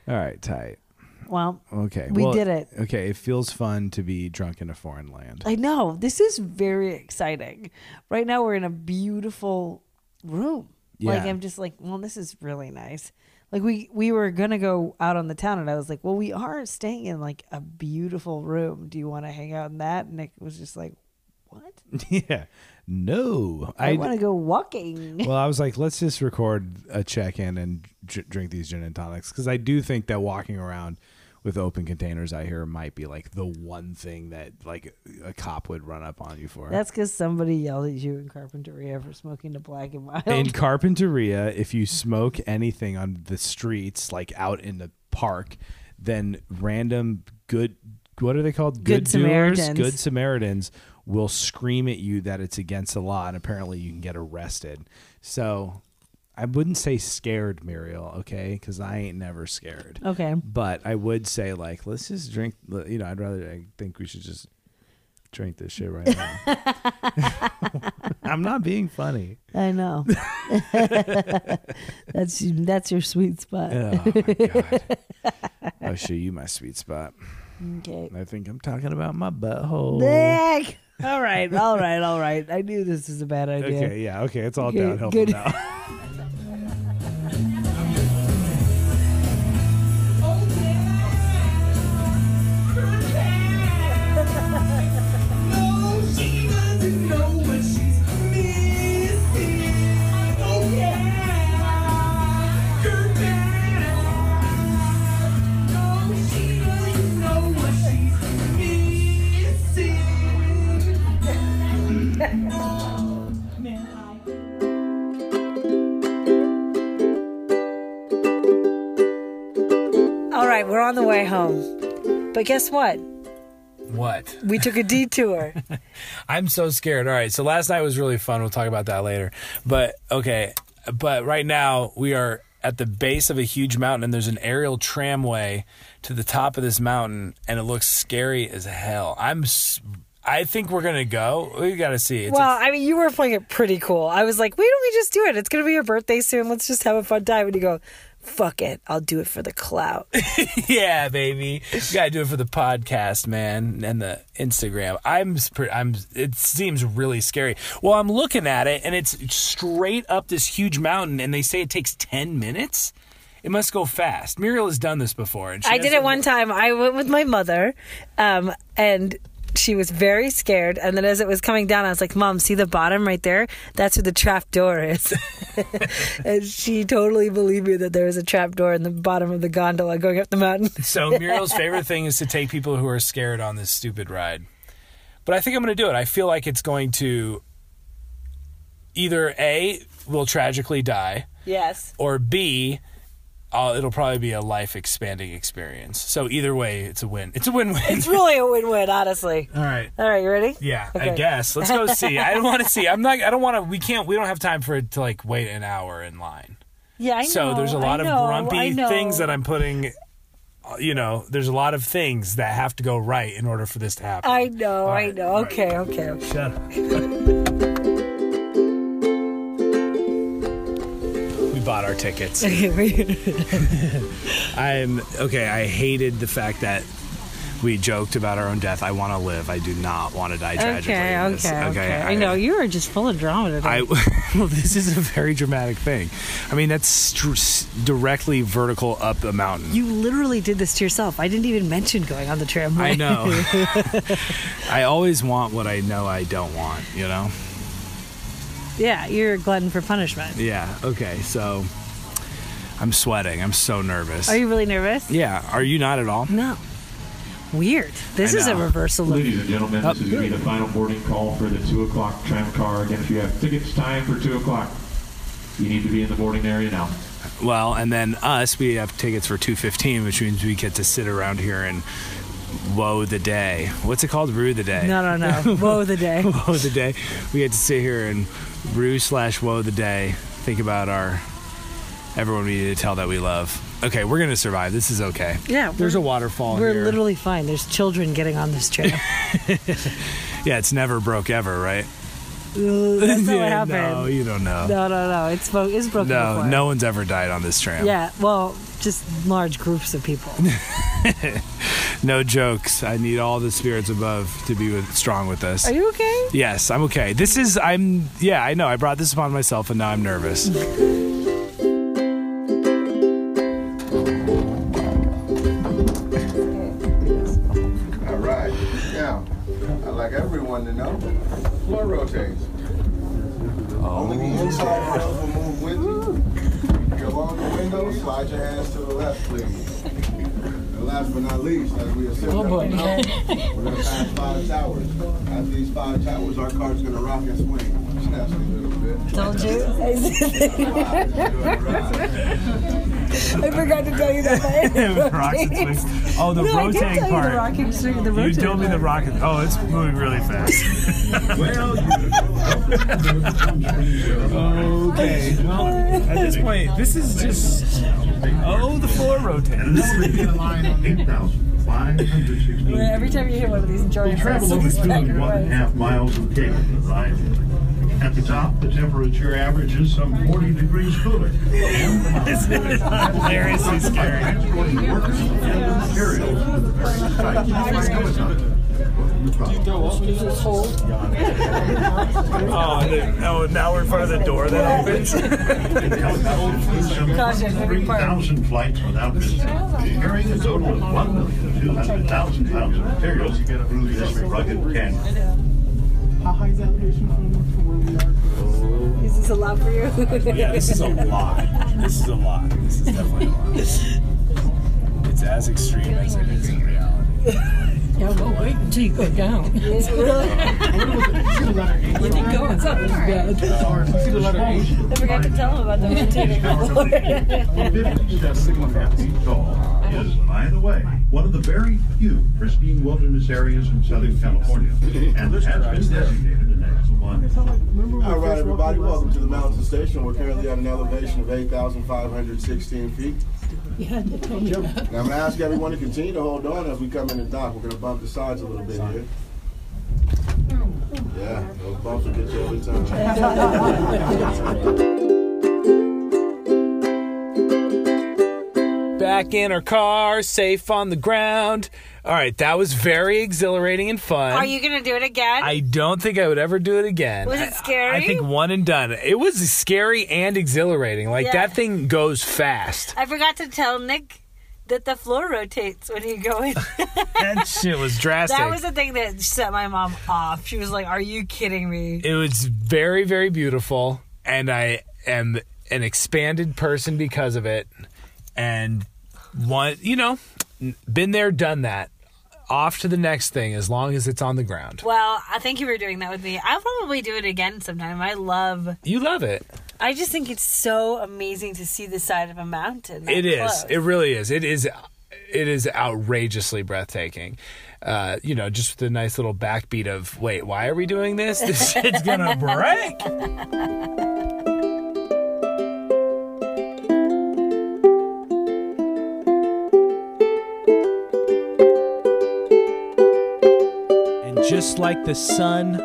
right, tight.
well,
Okay,
We
well,
did it.
Okay, it feels fun to be drunk in a foreign land.
I know this is very exciting. Right now, we're in a beautiful room. Like
Yeah.
I'm just like, well, this is really nice. Like we we were gonna go out on the town, and I was like, well, we are staying in like a beautiful room. Do you want to hang out in that? And Nick was just like, what?
yeah, no,
I, want to go walking.
well, I was like, let's just record a check in and dr- drink these gin and tonics because I do think that walking around with open containers out here might be like the one thing that like a cop would run up on you for.
That's because somebody yelled at you in Carpinteria for smoking a black and mild.
in Carpinteria, if you smoke anything on the streets, like out in the park, then random good what are they called?
Good
doers,
Samaritans.
good Samaritans will scream at you that it's against the law, and apparently you can get arrested. So I wouldn't say scared, Muriel, okay? Because I ain't never scared.
okay,
But I would say like, let's just drink. You know, I'd rather. I think we should just drink this shit right now. I'm not being funny.
I know. that's that's your sweet spot.
Oh my god! I'll show you my sweet spot.
Okay.
I think I'm talking about my butthole.
Nick. All right, all right, all right. I knew this was a bad idea.
Okay, yeah, okay, it's all
Okay,
downhill
good.
from now.
All right, we're on the way home. But guess what?
What?
We took a detour. Uh,
I'm so scared. All right. So last night was really fun. We'll talk about that later. But okay. But right now we are at the base of a huge mountain and there's an aerial tramway to the top of this mountain and it looks scary as hell. I'm s- I think we're going to go. We got to see. It's a-
well, I mean, you were playing it pretty cool. I was like, why don't we just do it? It's going to be your birthday soon. Let's just have a fun time. And you go, fuck it. I'll do it for the clout.
yeah, baby. You got to do it for the podcast, man, and the Instagram. I'm s- pre- I'm it seems really scary. Well, I'm looking at it and it's straight up this huge mountain and they say it takes 10 minutes. It must go fast. Muriel has done this before. And she
I
has
did it one time. I went with my mother, um, and she was very scared. And then as it was coming down, I was like, "Mom, see the bottom right there? That's where the trap door is." and she totally believed me that there was a trap door in the bottom of the gondola going up the mountain.
So Muriel's favorite thing is to take people who are scared on this stupid ride. But I think I'm going to do it. I feel like it's going to either A will tragically die.
Yes.
or B, uh, it'll probably be a life expanding experience. So either way, it's a win. It's a win win.
It's really a win-win, honestly.
All right.
All right, you ready?
Yeah, I
Okay.
guess. Let's go see. I don't want to see. I'm not. I don't want to. We can't. We don't have time for it to like wait an hour in line.
Yeah, I know.
so there's a
I
lot of
know, I
grumpy
know.
things that I'm putting. uh, You know, there's a lot of things that have to go right in order for this to happen.
I know,
All
I
right,
know.
all right.
Okay, okay, okay.
Shut up. we bought our tickets. I'm okay. I hated the fact that we joked about our own death. I want to live. I do not want to die tragically.
Okay,
in this.
okay, okay. I,
I
know you are just full of drama today.
I well, this is a very dramatic thing. I mean, that's str- s- directly vertical up a mountain.
you literally did this to yourself. I didn't even mention going on the tramway.
I know. I always want what I know I don't want. You know.
Yeah, you're a glutton for punishment.
Yeah. Okay. So I'm sweating. I'm so nervous.
Are you really nervous?
yeah. Are you not at all?
No. Weird. This is a
know.
reversal of
Ladies and gentlemen, this is going to be the final boarding call for the 2 o'clock tram car. Again, if you have tickets timed for 2 o'clock, you need to be in the boarding area now.
Well, and then us, we have tickets for two fifteen, which means we get to sit around here and woe the day. What's it called? Rue the day.
No, no, no. Whoa, the day.
Woe the day. We get to sit here and rue slash woe the day. Think about our everyone we need to tell that we love. Okay, we're gonna survive. This is okay.
yeah.
There's a
we're,
waterfall
we're
here.
literally fine. There's children getting on this train.
Yeah, it's never broke ever, right?
Ooh, That's not what
Yeah,
happened.
No, you don't know.
No, no, no. It's, bo- it's broken
No,
before.
no one's ever died on this tram.
Yeah, well, just large groups of people.
No jokes. I need all the spirits above to be with, strong with us.
Are you okay?
Yes, I'm okay. This is I'm yeah, I know. I brought this upon myself and now I'm nervous.
All right. Now, I'd like everyone to know, floor rotates. Only the inside rails will move with you. If you're along the window, slide your hands to the left, please. And last but not least, as we are sitting up and down, we're gonna pass five towers. After these five towers, our car's gonna rock and swing. Snaps a little bit.
Told you. I forgot to tell you that.
Rocket swings. Oh, the
No, I did
rotating
tell you the
part.
rocking swing. The
You
rotating
told me the
part.
rocket. Oh, it's moving really fast.
Okay. Well, at this point, this is just. Oh, the floor rotates.
Every time you hit one of these giant
Travel over two and one and a half miles of cable right? At the top, the temperature averages some 40 degrees cooler.
Hilariously scary.
Transporting workers and materials with a very tight
Oh, and then- oh, now we're in front of the door that opens.
Caution, every part.
3,000 flights without missing, carrying a total of 1,200,000 pounds of materials through this rugged canyon.
Is this a lot for you?
Yeah, this is a lot. This is a lot. This is definitely a lot. It's as extreme as it is in reality.
Yeah, well, wait until you go down. you think going up is bad.
I forgot to tell him about the rotating Is, by the way, one of the very few pristine wilderness areas in Southern California, and has been designated a national monument.
All right, everybody, welcome to the mountain station. We're currently at an elevation of 8,516 feet.
You had to tell me that.
Now I'm gonna ask everyone to continue to hold on as we come in and dock. We're gonna bump the sides a little bit here. Yeah, those bumps will get you every time.
Back in our car, safe on the ground. All right, that was very exhilarating and fun.
Are you gonna do it again?
I don't think I would ever do it again.
Was it
I-
scary?
I, think one and done. It was scary and exhilarating. Like
Yeah.
that thing goes fast.
I forgot to tell Nick that the floor rotates when you go in.
That shit was drastic.
that was the thing that set my mom off. She was like, "Are you kidding me?"
it was very very beautiful, and I am an expanded person because of it. And one, you know, been there, done that. Off to the next thing, as long as it's on the ground.
Well, I thank you for doing that with me. I'll probably do it again sometime. I love.
You love it.
I just think it's so amazing to see the side of a mountain. that
It is.
close.
It really is. It is. It is outrageously breathtaking. Uh, you know, just the nice little backbeat of wait, why are we doing this? This shit's gonna break.
And just like the sun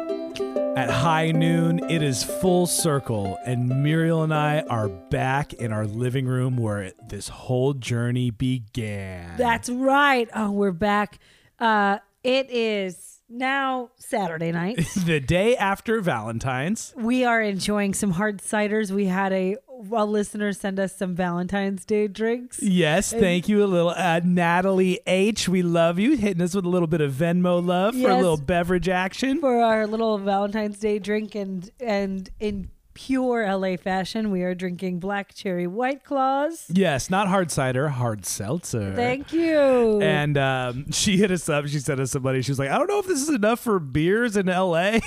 at high noon, it is full circle, and Muriel and I are back in our living room where it, this whole journey began.
That's right. Oh, we're back. Uh, it is now Saturday night.
the day after Valentine's.
we are enjoying some hard ciders. We had a, a listener send us some Valentine's Day drinks.
Yes, thank you, a little uh, Natalie H. We love you, hitting us with a little bit of Venmo love for a
Yes.
little beverage action.
for our little Valentine's Day drink and and in
pure LA fashion, we are drinking black cherry white claws.
Yes, not hard cider, hard seltzer.
Thank you.
Uh, And um, she hit us up. She sent us some money. She was like, I don't know if this is enough for beers in LA.
Right,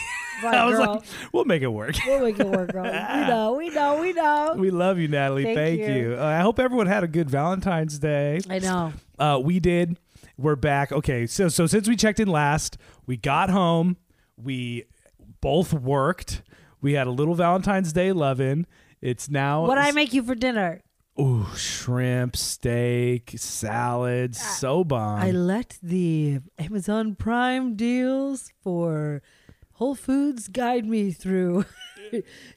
I was
girl.
like, we'll make it work.
we'll make it work, girl. We know, we know, we know.
We love you, Natalie.
Thank
Thank,
you.
you. Uh, I hope everyone had a good Valentine's Day.
I know.
Uh, we did. We're back. Okay, so so since we checked in last, we got home. We both worked. We had a little Valentine's Day loving. It's now
What I make you for dinner?
Ooh, shrimp, steak, salad, so bomb.
Ah, I let the Amazon Prime deals for Whole Foods guide me through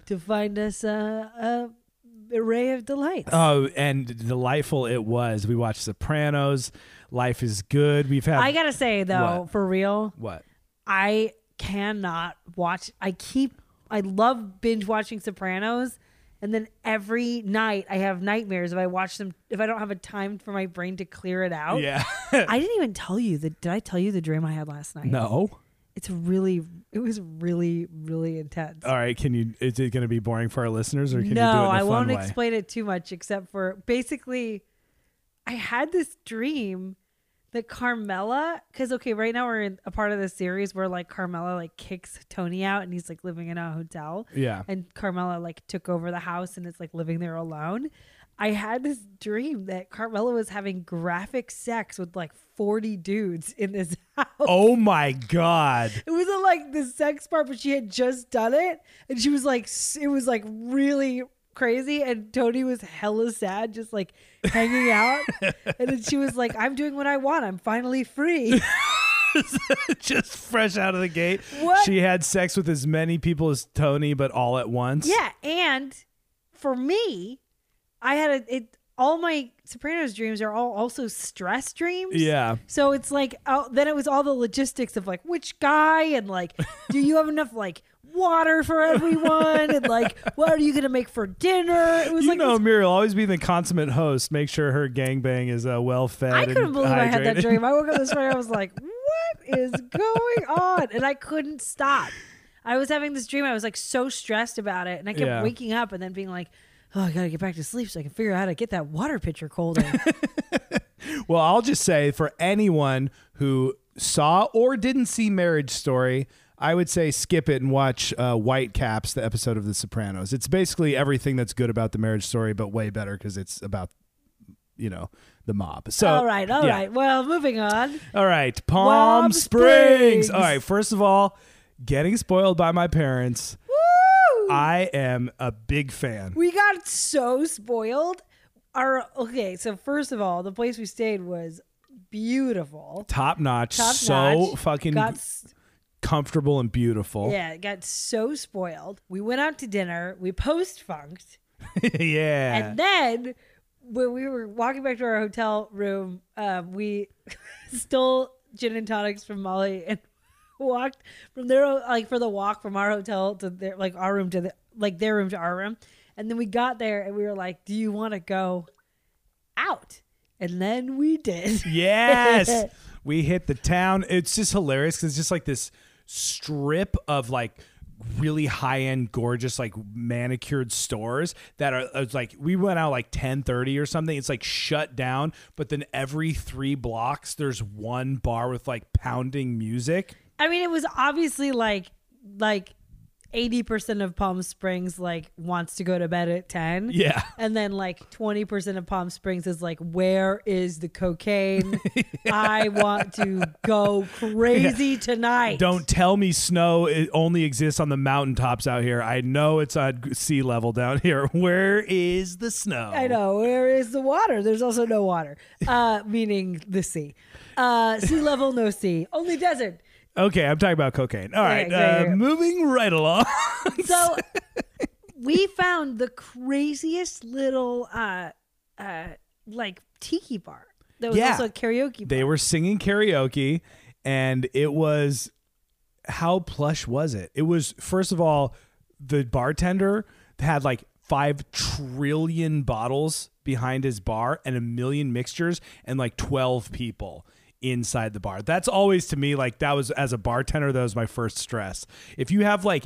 to find us a, a array of delights.
Oh, and delightful it was. We watched Sopranos. Life is good. We've had.
I gotta say though,
What?
for real,
What?
I cannot watch. I keep. I love binge watching Sopranos, and then every night I have nightmares if I watch them. If I don't have a time for my brain to clear it out.
Yeah.
I didn't even tell you the. Did I tell you the dream I had last night?
No.
It's really. It was really, really intense.
All right. Can you? Is it going to be boring for our listeners, or can
no,
you do it in a
I
fun
won't
way?
explain it too much, except for basically, I had this dream that Carmela, because okay, right now we're in a part of the series where like Carmela like kicks Tony out and he's like living in a hotel.
Yeah.
and Carmela like took over the house and is like living there alone. I had this dream that Carmela was having graphic sex with like forty dudes in this house.
Oh my god.
It wasn't like the sex part, but she had just done it, and she was like, s- it was like really crazy, and Tony was hella sad, just like hanging out, and then she was like, "I'm doing what I want. I'm finally free."
Just fresh out of the gate.
What?
She had sex with as many people as Tony, but all at once.
yeah, and for me, I had a, it. All my Sopranos dreams are all also stress dreams.
Yeah.
So it's like, oh, then it was all the logistics of like which guy and like, do you have enough like water for everyone and like, what are you gonna make for dinner? It was
You
like,
know,
this-
Muriel always being the consummate host. Make sure her gangbang is uh, well fed.
I couldn't
and
believe I had that
hydrated.
dream. I woke up this morning, I was like, what is going on? And I couldn't stop. I was having this dream. I was like so stressed about it, and I kept
Yeah.
waking up and then being like. Oh, I gotta get back to sleep so I can figure out how to get that water pitcher colder.
Well, I'll just say for anyone who saw or didn't see Marriage Story, I would say skip it and watch uh, White Caps, the episode of The Sopranos. It's basically everything that's good about the Marriage Story, but way better because it's about you know the mob. So
all right, all
yeah.
right. Well, moving on.
all right. Palm,
Palm
Springs.
Springs.
All right. First of all, getting spoiled by my parents. I am a big fan.
We got so spoiled. Our okay, so first of all, the place we stayed was beautiful.
Top notch.
Top
so
notch.
fucking
Got s-
comfortable and beautiful.
Yeah, it got so spoiled. We went out to dinner. We post funked,
yeah.
and then when we were walking back to our hotel room, um, we stole gin and tonics from Molly and walked from their like for the walk from our hotel to their like our room to the like their room to our room, and then we got there and we were like, "Do you want to go out?" And then we did.
Yes. we hit the town. It's just hilarious because it's just like this strip of like really high end, gorgeous, like manicured stores that are it's like we went out like ten thirty or something. It's like shut down, but then every three blocks there's one bar with like pounding music.
I mean, it was obviously like like eighty percent of Palm Springs like wants to go to bed at ten.
Yeah.
and then like twenty percent of Palm Springs is like, where is the cocaine? I want to go crazy tonight.
Don't tell me snow it only exists on the mountaintops out here. I know it's on sea level down here. Where is the snow?
I know. Where is the water? There's also no water, uh, meaning the sea. Uh, sea level, no sea, only desert.
Okay, I'm talking about cocaine. All
Yeah,
right,
yeah, yeah,
uh,
yeah.
moving right along.
so we found the craziest little uh uh like tiki bar that was
Yeah.
also a karaoke bar.
they were singing karaoke, and it was how plush was it? It was first of all, the bartender had like five trillion bottles behind his bar and a million mixtures and like twelve people inside the bar. That's always to me like that was as a bartender that was my first stress. If you have like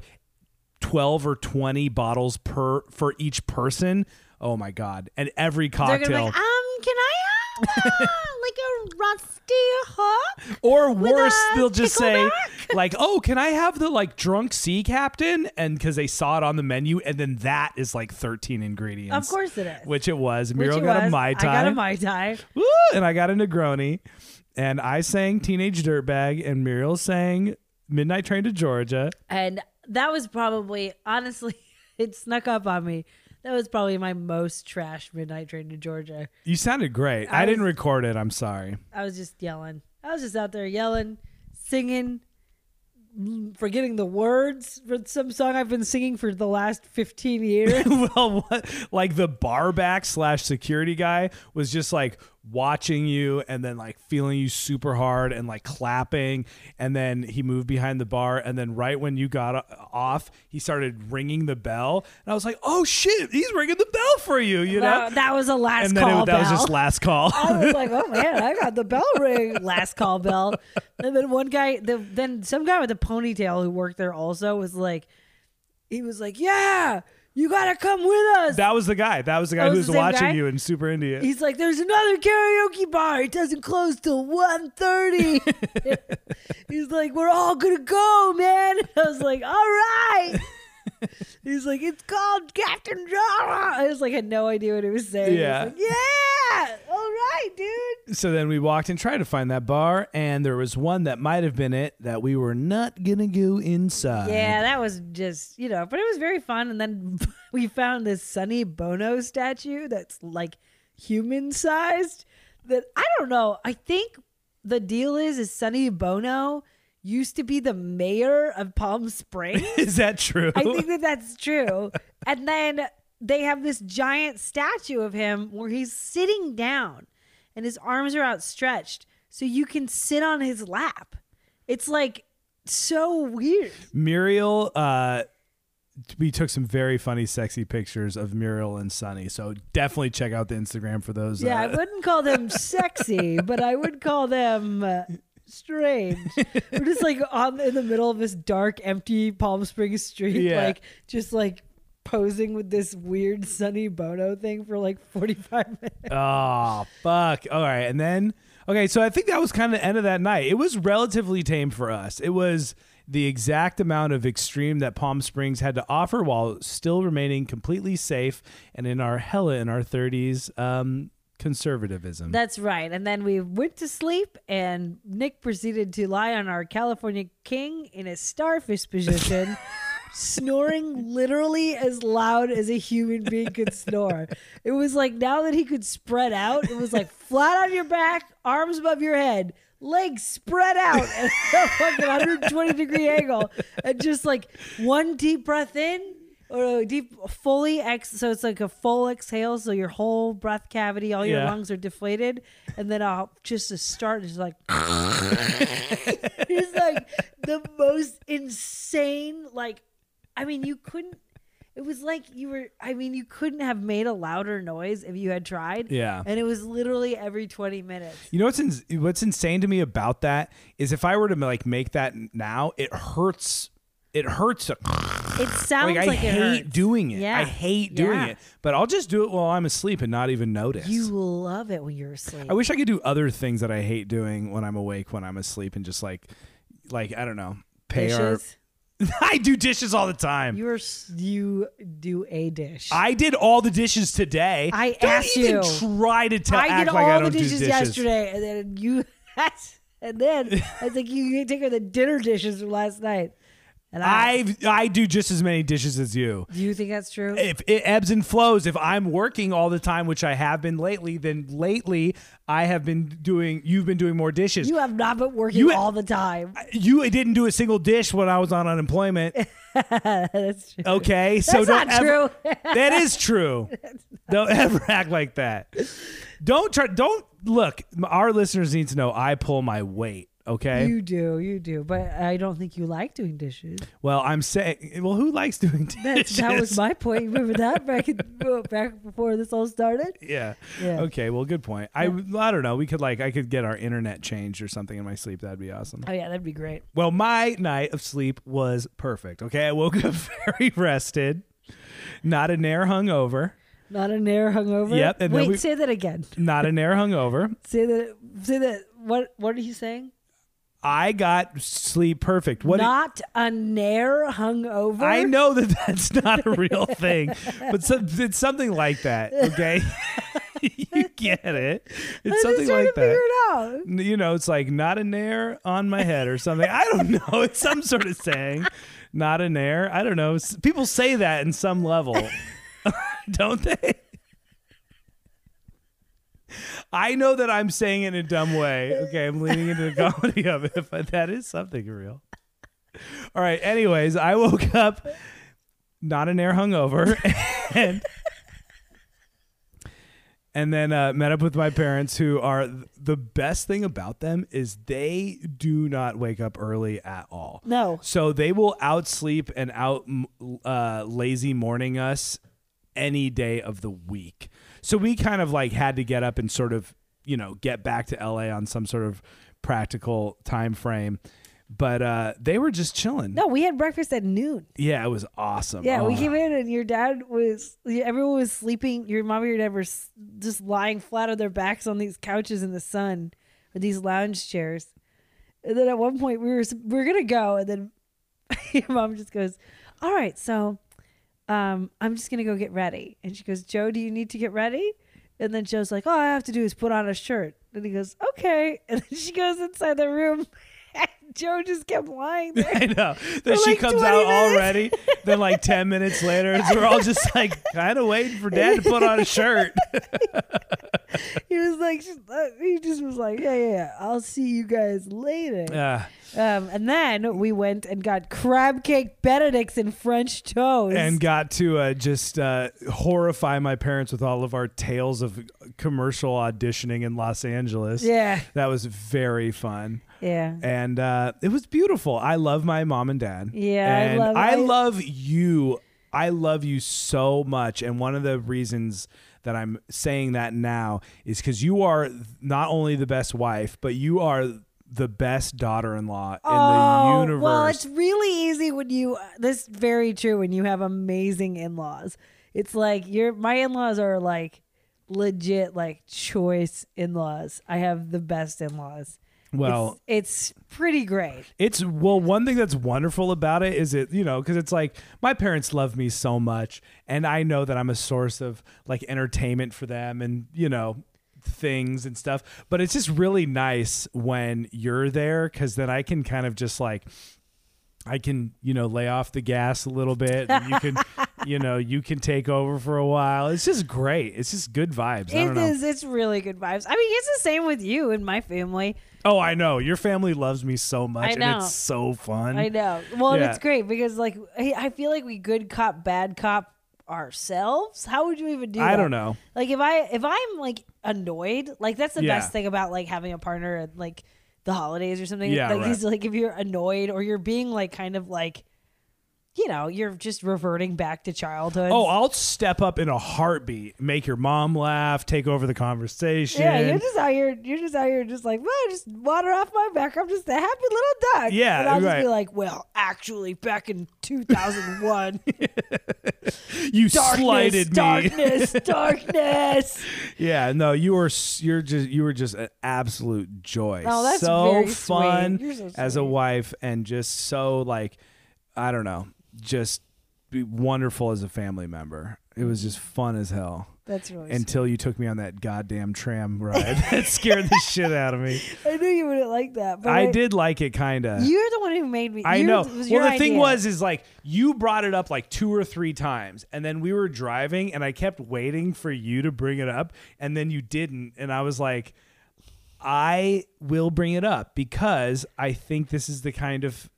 12 or 20 bottles per for each person. Oh my god. And every
They're
cocktail
gonna be like, um, can I have uh, like a rusty hook?
or
with
worse,
a
they'll just
pickle
say
back?"
like, "Oh, can I have the like drunk sea captain?" And because they saw it on the menu, and then that is like thirteen ingredients.
Of course it is.
which it was.
Which
Muriel
it
got a
was.
mai tai.
I got a mai tai.
Woo! And I got a Negroni, and I sang "Teenage Dirtbag," and Muriel sang "Midnight Train to Georgia."
And that was probably, honestly, it snuck up on me. That was probably my most trash midnight train to Georgia.
You sounded great. I,
I
didn't record it. I'm sorry.
I was just yelling. I was just out there yelling, singing, mm, forgetting the words for some song I've been singing for the last 15 years.
well, what, like the bar back slash security guy was just like watching you and then like feeling you super hard and like clapping. And then he moved behind the bar. And then right when you got o- off, he started ringing the bell. And I was like, oh shit, he's ringing the bell for you. You
Well,
know?
that was a last
and then
call
It, that was just
bell.
last call.
I was like, oh man, I got the bell ring. Last call bell. And then one guy, the, then some guy with a ponytail who worked there also was like, he was like, yeah, you gotta come with us.
that was the guy. That was the guy
That
who
was
was
the same
watching
guy?
you in Super India.
He's like, there's another karaoke bar. It doesn't close till 1.30. He's like, we're all going to go, man. I was like, all right. He's like, it's called Captain Drama. I just like had no idea what he was saying. He was
Yeah.
like, yeah. All right, dude.
So then we walked and tried to find that bar, and there was one that might have been it that we were not gonna go inside.
Yeah, that was just, you know, but it was very fun. And then we found this Sonny Bono statue that's like human sized. That I don't know. I think the deal is is Sonny Bono used to be the mayor of Palm Springs.
Is that true?
I think that that's true. and then they have this giant statue of him where he's sitting down and his arms are outstretched so you can sit on his lap. It's like so weird.
Muriel, uh, we took some very funny, sexy pictures of Muriel and Sunny. So definitely check out the Instagram for those.
Yeah, I
uh,
wouldn't call them sexy, but I would call them uh, strange. We're just like on in the middle of this dark, empty Palm Springs street,
Yeah.
like just like posing with this weird Sunny Bono thing for like forty five minutes.
oh fuck! All right, and then okay, so I think that was kind of the end of that night. It was relatively tame for us. It was the exact amount of extreme that Palm Springs had to offer, while still remaining completely safe and in our hella in our thirties um, conservatism.
That's right. And then we went to sleep, and Nick proceeded to lie on our California king in a starfish position, snoring literally as loud as a human being could snore. It was like now that he could spread out, it was like flat on your back, arms above your head. Legs spread out at a fucking 120 degree angle, and just like one deep breath in, or a deep fully ex so it's like a full exhale so your whole breath cavity all your
Yeah.
lungs are deflated and then i'll just to start is like it's like the most insane like i mean you couldn't it was like you were i mean you couldn't have made a louder noise if you had tried
Yeah.
and it was literally every 20 minutes
You know what's ins what's insane to me about that is if I were to like make that now, it hurts. It hurts.
it sounds like,
I
it
hate
hurts.
doing it.
Yeah.
I hate doing
Yeah.
it. But I'll just do it while I'm asleep and not even notice.
you will love it when you're asleep
I wish I could do other things that I hate doing when I'm awake when I'm asleep and just like, like I don't know, pay
Dishes?
our. I do dishes all the time.
you are s- you do a dish
I did all the dishes today.
I
don't
asked
even
you.
Try to tell.
I
act
did all
like I don't
the
do
dishes,
dishes
yesterday, and then you. And then I was like, "You can take her the dinner dishes from last night." And I,
I I do just as many dishes as you.
do you think that's true?
if it ebbs and flows if i'm working all the time which i have been lately then lately i have been doing you've been doing more dishes
you have not been working
You-
all the time.
you didn't do a single dish when i was on unemployment
that's true
okay so
That's
don't
not
ever-
true.
that is true don't ever act like that don't try don't look our listeners need to know i pull my weight Okay.
You do, you do, but I don't think you like doing dishes.
well, I'm saying, well, who likes doing dishes?
That's, that was my point. Remember that back in, back before this all started?
Yeah.
Yeah.
Okay. Well, good point. I I don't know. We could like I could get our internet changed or something in my sleep. That'd be awesome.
Oh yeah, that'd be great.
Well, my night of sleep was perfect. Okay, I woke up very rested, not a nair hungover,
Not a nair hungover.
Yep, and then
Wait,
we-
say that again.
not a nair hungover.
Say that. Say that. What What are you saying?
I got sleep perfect. What?
Not a nair hungover.
I know that that's not a real thing, but so, it's something like that. Okay, you get it. It's
I'm
something
just trying
like
to figure
that.
it out.
N- you know, it's like not an air on my head or something. I don't know. It's some sort of saying, not an air. I don't know. S- People say that in some level, don't they? I know that I'm saying it in a dumb way. Okay, I'm leaning into the comedy of it, but that is something real. All right. Anyways, I woke up not an air hungover and and then uh, met up with my parents who are the best thing about them is they do not wake up early at all
No.
so they will outsleep and out m- uh, lazy morning us any day of the week so we kind of like had to get up and sort of you know get back to la on some sort of practical time frame but uh, they were just chilling
No, we had breakfast at noon.
yeah it was awesome
Yeah, we
Oh.
came in and your dad was, everyone was sleeping. Your mom and your dad were s- just lying flat on their backs on these couches in the sun or these lounge chairs. And then at one point we were s- we were gonna go, and then your mom just goes, "All right, so um, I'm just gonna go get ready." And she goes, "Joe, do you need to get ready?" And then Joe's like, "All I have to do is put on a shirt." And he goes, "Okay." And then she goes inside the room. and Joe just kept lying there.
I know. Then
For
she
like
comes
20
out
minutes.
already. Then like ten minutes later, it's- we're all just like kind of waiting for Dad to put on a shirt.
he was like, just- uh, he just was like, yeah, yeah, yeah, I'll see you guys later.
Yeah.
Um, and then we went and got crab cake Benedicts and French toast.
and got to uh, just uh, horrify my parents with all of our tales of commercial auditioning in Los Angeles.
Yeah.
that was very fun.
yeah,
And uh, it was beautiful. I love my mom and dad.
Yeah, I
and
love-
I
I-
love you. I love you so much. And one of the reasons that I'm saying that now is because you are not only the best wife, but you are the best daughter-in-law in the universe.
Oh, Well, it's really easy when you. This is very true when you have amazing in laws. It's like your my in laws are like legit like choice in laws. I have the best in laws.
Well-
it's, it's pretty great.
It's well, one thing that's wonderful about it is it, you know, because it's like my parents love me so much, and I know that I'm a source of like entertainment for them and, you know, things and stuff. But it's just really nice when you're there because then I can kind of just like, I can, you know, lay off the gas a little bit. And you can, you know, you can take over for a while. It's just great. It's just good vibes. I don't
It
know.
is. It's really good vibes. I mean, it's the same with you and my family.
oh, I know. Your family loves me so much,
I
and
know.
it's so fun.
I know. Well, and
Yeah.
it's great because like I I feel like we good cop bad cop ourselves. How would you even do?
I
that?
don't know.
Like if I if I'm like annoyed, like that's the
Yeah.
best thing about like having a partner at like the holidays or something.
Yeah,
like
right.
is, like if you're annoyed or you're being like kind of like, you know, you're just reverting back to childhood.
Oh, I'll step up in a heartbeat, make your mom laugh, take over the conversation.
Yeah, you're just out here. You're just out here, just like, well, just water off my back. I'm just a happy little duck.
Yeah,
and I'll just
right.
be like, well, actually, back in 2001,
you
darkness,
slighted me.
darkness, darkness.
yeah, no, you were s- you're just you were just an absolute joy.
Oh, that's
so
very sweet.
fun
You're so
as a wife, and just so like, I don't know, just be wonderful as a family member. It was just fun as hell.
That's really
until you took me on that goddamn tram ride that scared the shit out of me.
I knew you wouldn't like that, but
I did like it, kinda.
You're the one who made me.
I
you're-
know.
it was
well, the
your
thing
idea.
was, is like you brought it up like two or three times, and then we were driving, and I kept waiting for you to bring it up, and then you didn't, and I was like, I will bring it up because I think this is the kind of.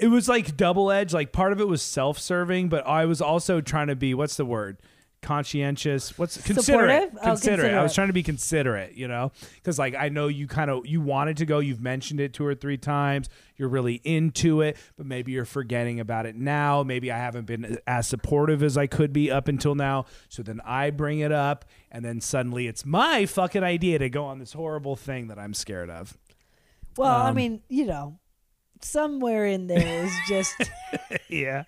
It was like double edged. Like part of it was self serving, but I was also trying to be what's the word conscientious. What's
Supportive?
considerate?
Oh,
Considerate. I was
considerate.
trying to be considerate, you know, because like I know you kind of you wanted to go. You've mentioned it two or three times. You're really into it, but maybe you're forgetting about it now. Maybe I haven't been as supportive as I could be up until now. So then I bring it up, and then suddenly it's my fucking idea to go on this horrible thing that I'm scared of.
Well, I
Um,
mean, you know, somewhere in there is just.
yeah.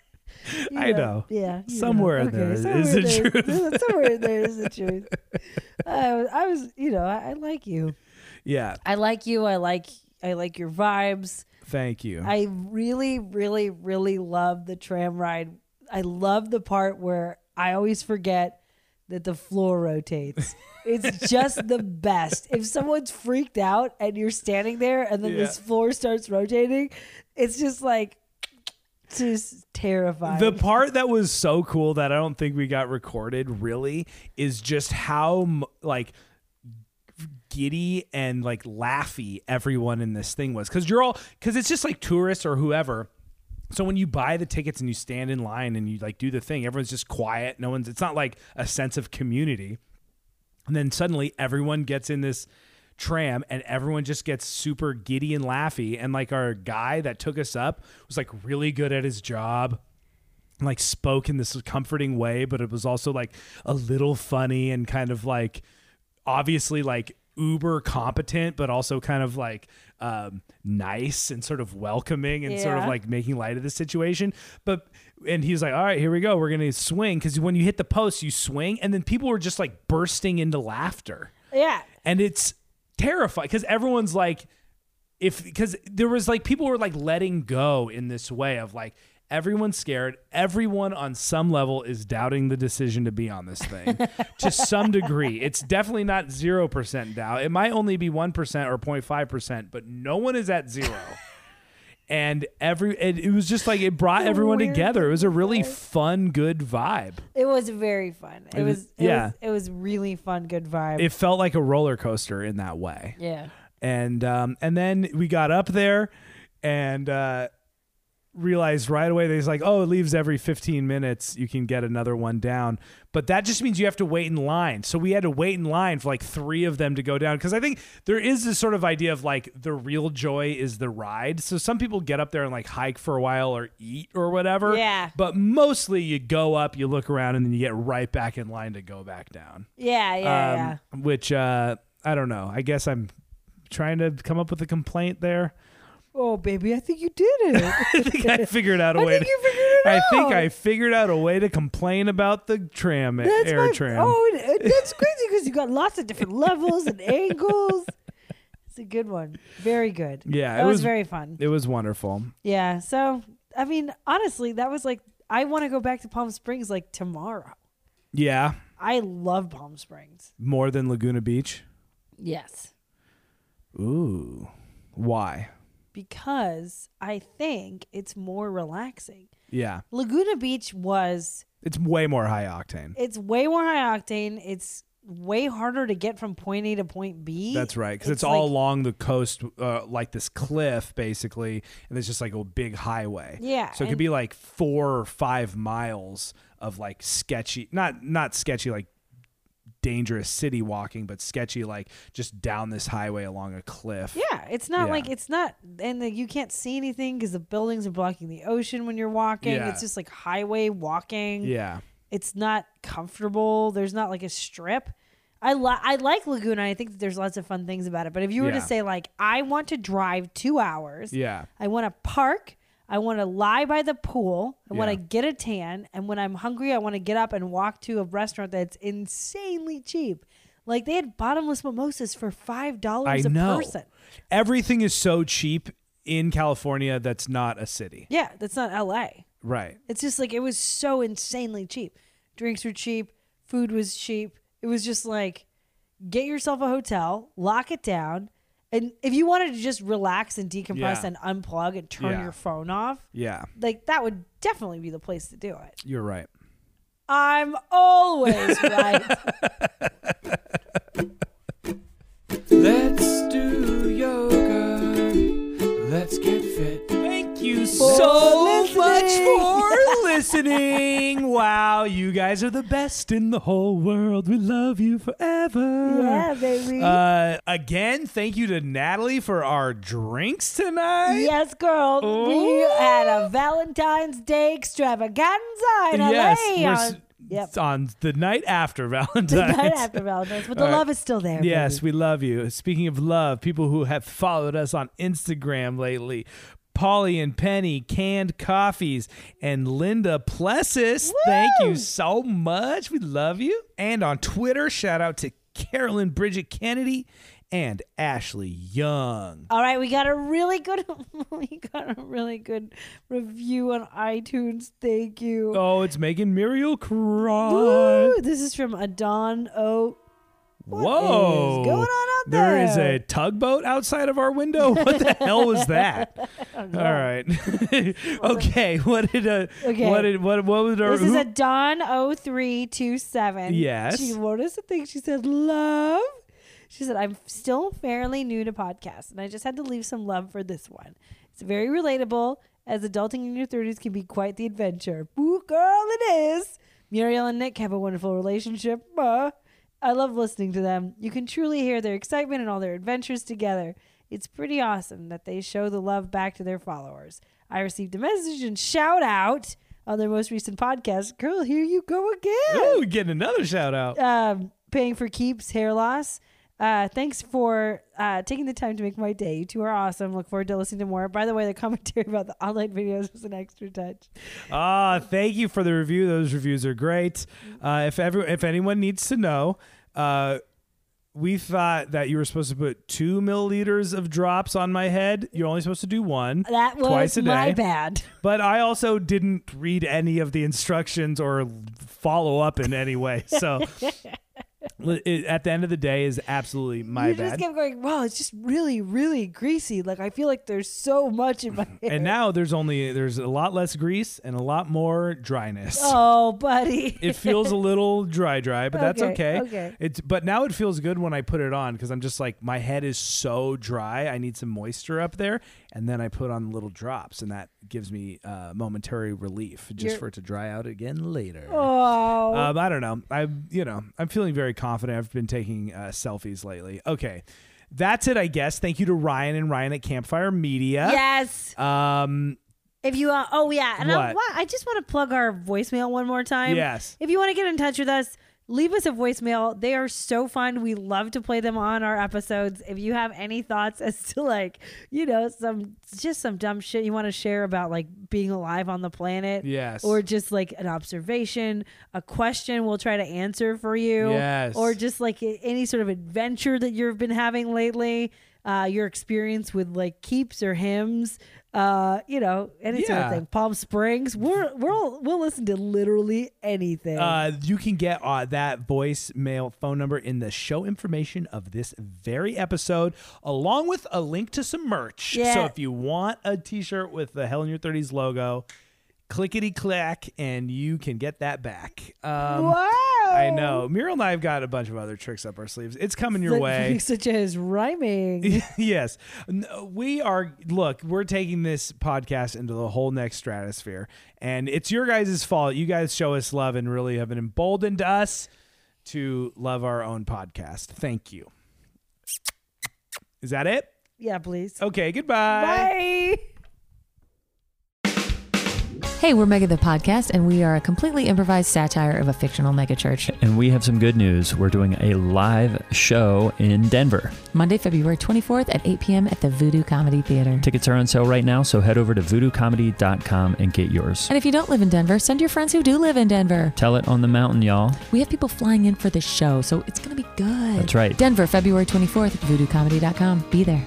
you
I know.
Yeah. you know.
Somewhere in
Okay,
there is
somewhere
the
there-
truth.
somewhere in there is the truth. I was, I was you know, I, I like you.
Yeah.
I like you. I like I like your vibes.
Thank you.
I really, really, really love the tram ride. I love the part where I always forget that the floor rotates. It's just the best. If someone's freaked out and you're standing there and then this
Yeah.
floor starts rotating, it's just like just terrifying.
The part that was so cool that I don't think we got recorded really is just how m- like giddy and like laughy everyone in this thing was because you're all because it's just like tourists or whoever. So when you buy the tickets and you stand in line and you like do the thing, everyone's just quiet. No one's. It's not like a sense of community. And then suddenly everyone gets in this tram and everyone just gets super giddy and laughy. And like our guy that took us up was like really good at his job. and, Like spoke in this comforting way, but it was also like a little funny and kind of like obviously like uber competent, but also kind of like um, nice and sort of welcoming and sort of
Yeah.
like making light of the situation. But and he was like, "All right, here we go. We're gonna swing because when you hit the post, you swing, and then people were just like bursting into laughter,
yeah.
and it's terrifying because everyone's like, if because there was like people were like letting go in this way of like." Everyone's scared. Everyone on some level is doubting the decision to be on this thing to some degree. It's definitely not 0% doubt. It might only be 1% or 0.5%, but no one is at zero and every it, it was just like it brought everyone together. It was a really fun, good vibe.
It was very fun. It
It
was,
was-
it
yeah.
was it was really fun, good vibe.
It felt like a roller coaster in that way.
yeah.
And um, and then we got up there and uh, realized right away that he's like, oh, it leaves every 15 minutes. You can get another one down, but that just means you have to wait in line. So we had to wait in line for like three of them to go down because I think there is this sort of idea of like the real joy is the ride. So some people get up there and like hike for a while or eat or whatever.
Yeah.
But mostly you go up, you look around, and then you get right back in line to go back down
Yeah, yeah, yeah.
um, Which uh, I don't know. I guess I'm trying to come up with a complaint there.
Oh, baby, I think you did it. I
think I figured out a way. to, I think I figured out a way to complain about the tram
That's
air
my-
tram.
Oh, and- and that's crazy because you got lots of different levels and angles. It's a good one. Very good.
yeah,
that
it
was, very fun.
It was wonderful.
Yeah. So, I mean, honestly, that was like I want to go back to Palm Springs like tomorrow.
Yeah,
I love Palm Springs.
more than Laguna Beach.
Yes.
Ooh, why?
Because I think it's more relaxing.
Yeah,
Laguna Beach was
it's way more high octane.
it's way more high octane. It's way harder to get from point A to point B.
That's right, because it's,
like-
all along the coast, uh, like this cliff, basically, and there's just like a big highway.
Yeah,
so it
and-
could be like four or five miles of like sketchy, not not sketchy like dangerous city walking, but sketchy like just down this highway along a cliff.
Yeah, it's not
Yeah.
like it's not, and the, you can't see anything because the buildings are blocking the ocean when you're walking.
Yeah.
It's just like highway walking.
Yeah.
it's not comfortable. There's not like a strip. I li- I like Laguna. I think that there's lots of fun things about it. But if you were
Yeah.
to say like, I want to drive two hours.
Yeah.
I want to park. I want to lie by the pool. I want to
Yeah.
get a tan. And when I'm hungry, I want to get up and walk to a restaurant that's insanely cheap. Like they had bottomless mimosas for five
I
dollars a
know.
person.
Everything is so cheap in California that's not a city.
Yeah, that's not LA.
Right.
It's just like it was so insanely cheap. Drinks were cheap, food was cheap. It was just like get yourself a hotel, lock it down, and if you wanted to just relax and decompress
Yeah.
and unplug and turn
Yeah.
your phone off,
Yeah.
like that would definitely be the place to do it.
You're right.
I'm always right.
Let's do yoga. Let's get fit.
Thank you
For
so
listening.
much for listening. Wow, you guys are the best in the whole world. We love you forever.
Yeah, baby.
Uh, again, thank you to Natalie for our drinks tonight.
Yes, girl. We
Ooh.
had a Valentine's Day extravaganza in
yes,
LA.
we're
on-
s-
yep.
it's on the night after Valentine's.
The night after Valentine's, but the
All right.
love is still there.
Yes, we love you. Speaking of love, people who have followed us on Instagram lately. Polly and Penny, Canned Coffees, and Linda Plessis. Thank you so much. We love you. And on Twitter, shout out to Carolyn Bridget Kennedy and Ashley Young.
All right, we got a really good, we got a really good review on iTunes. Thank you.
Oh, it's making Muriel cry.
Woo! This is from Adon O.
Whoa.
is going on out
There is
there?
a tugboat outside of our window. What the hell was that? All right. okay. What did uh,
Okay.
what did what what was our
This is
who-
a Don O three two seven.
Yes.
She wrote us a thing. She said, "Love." She said, "I'm still fairly new to podcasts, and I just had to leave some love for this one. It's very relatable, as adulting in your 30s can be quite the adventure. Ooh, girl, it is." Muriel and Nick have a wonderful relationship. Uh, I love listening to them. You can truly hear their excitement and all their adventures together. It's pretty awesome that they show the love back to their followers. I received a message and shout out on their most recent podcast. Girl, here you go again.
Ooh, getting another shout out.
Um, paying for keeps, hair loss. Uh, thanks for uh, taking the time to make my day. You two are awesome. Look forward to listening to more. By the way, the commentary about the online videos was an extra touch.
Ah, thank you for the review. Those reviews are great. Uh, if every if anyone needs to know, uh, we thought that you were supposed to put two milliliters of drops on my head. You're only supposed to do one.
That was
twice a day.
my bad.
But I also didn't read any of the instructions or follow up in any way. So li- it, at the end of the day, is absolutely my
you just
bad.
kept going, wow, it's just really, really greasy. Like, I feel like there's so much in my hair.
and now there's only there's a lot less grease and a lot more dryness.
oh, buddy.
it feels a little dry dry but that's
Okay,
okay
okay.
it's but now it feels good when i put it on because i'm just like my head is so dry i need some moisture up there and then i put on little drops and that gives me uh, momentary relief just
You're-
for it to dry out again later
Oh.
um, i don't know i you know i'm feeling very confident i've been taking uh, selfies lately okay that's it i guess thank you to ryan and ryan at campfire media
Yes.
um
If you uh, oh yeah, and I,
What?
wa- I just want to plug our voicemail one more time.
Yes.
If you want to get in touch with us, leave us a voicemail. They are so fun. We love to play them on our episodes. If you have any thoughts as to like, you know, some just some dumb shit you want to share about like being alive on the planet,
Yes.
or just like an observation, a question we'll try to answer for you,
Yes.
or just like a- any sort of adventure that you've been having lately. Uh, your experience with like keeps or hymns, uh, you know, any sort of
Yeah.
thing. Palm Springs, we're we're all, we'll listen to literally anything.
Uh, you can get uh, that voicemail phone number in the show information of this very episode, along with a link to some merch. So
Yeah.
if you want a T-shirt with the Hell in Your Thirties logo, clickety clack, and you can get that back. Um, I know Muriel and I have got a bunch of other tricks up our sleeves. It's coming your
Such-
way.
such as rhyming.
yes. No, we are, look, we're taking this podcast into the whole next stratosphere. And it's your guys' fault. You guys show us love and really have emboldened us to love our own podcast. Thank you. Is that it?
yeah, please.
Okay, goodbye.
Bye.
Hey, we're Mega the Podcast, and we are a completely improvised satire of a fictional megachurch.
And we have some good news. We're doing a live show in Denver.
Monday, February 24th at 8 p.m. at the Voodoo Comedy Theater.
Tickets are on sale right now, so head over to voodoocomedy.com and get yours.
And if you don't live in Denver, send your friends who do live in Denver.
Tell it on the mountain, y'all.
We have people flying in for this show, so it's going to be good.
That's right.
Denver, February 24th at voodoocomedy.com. Be there.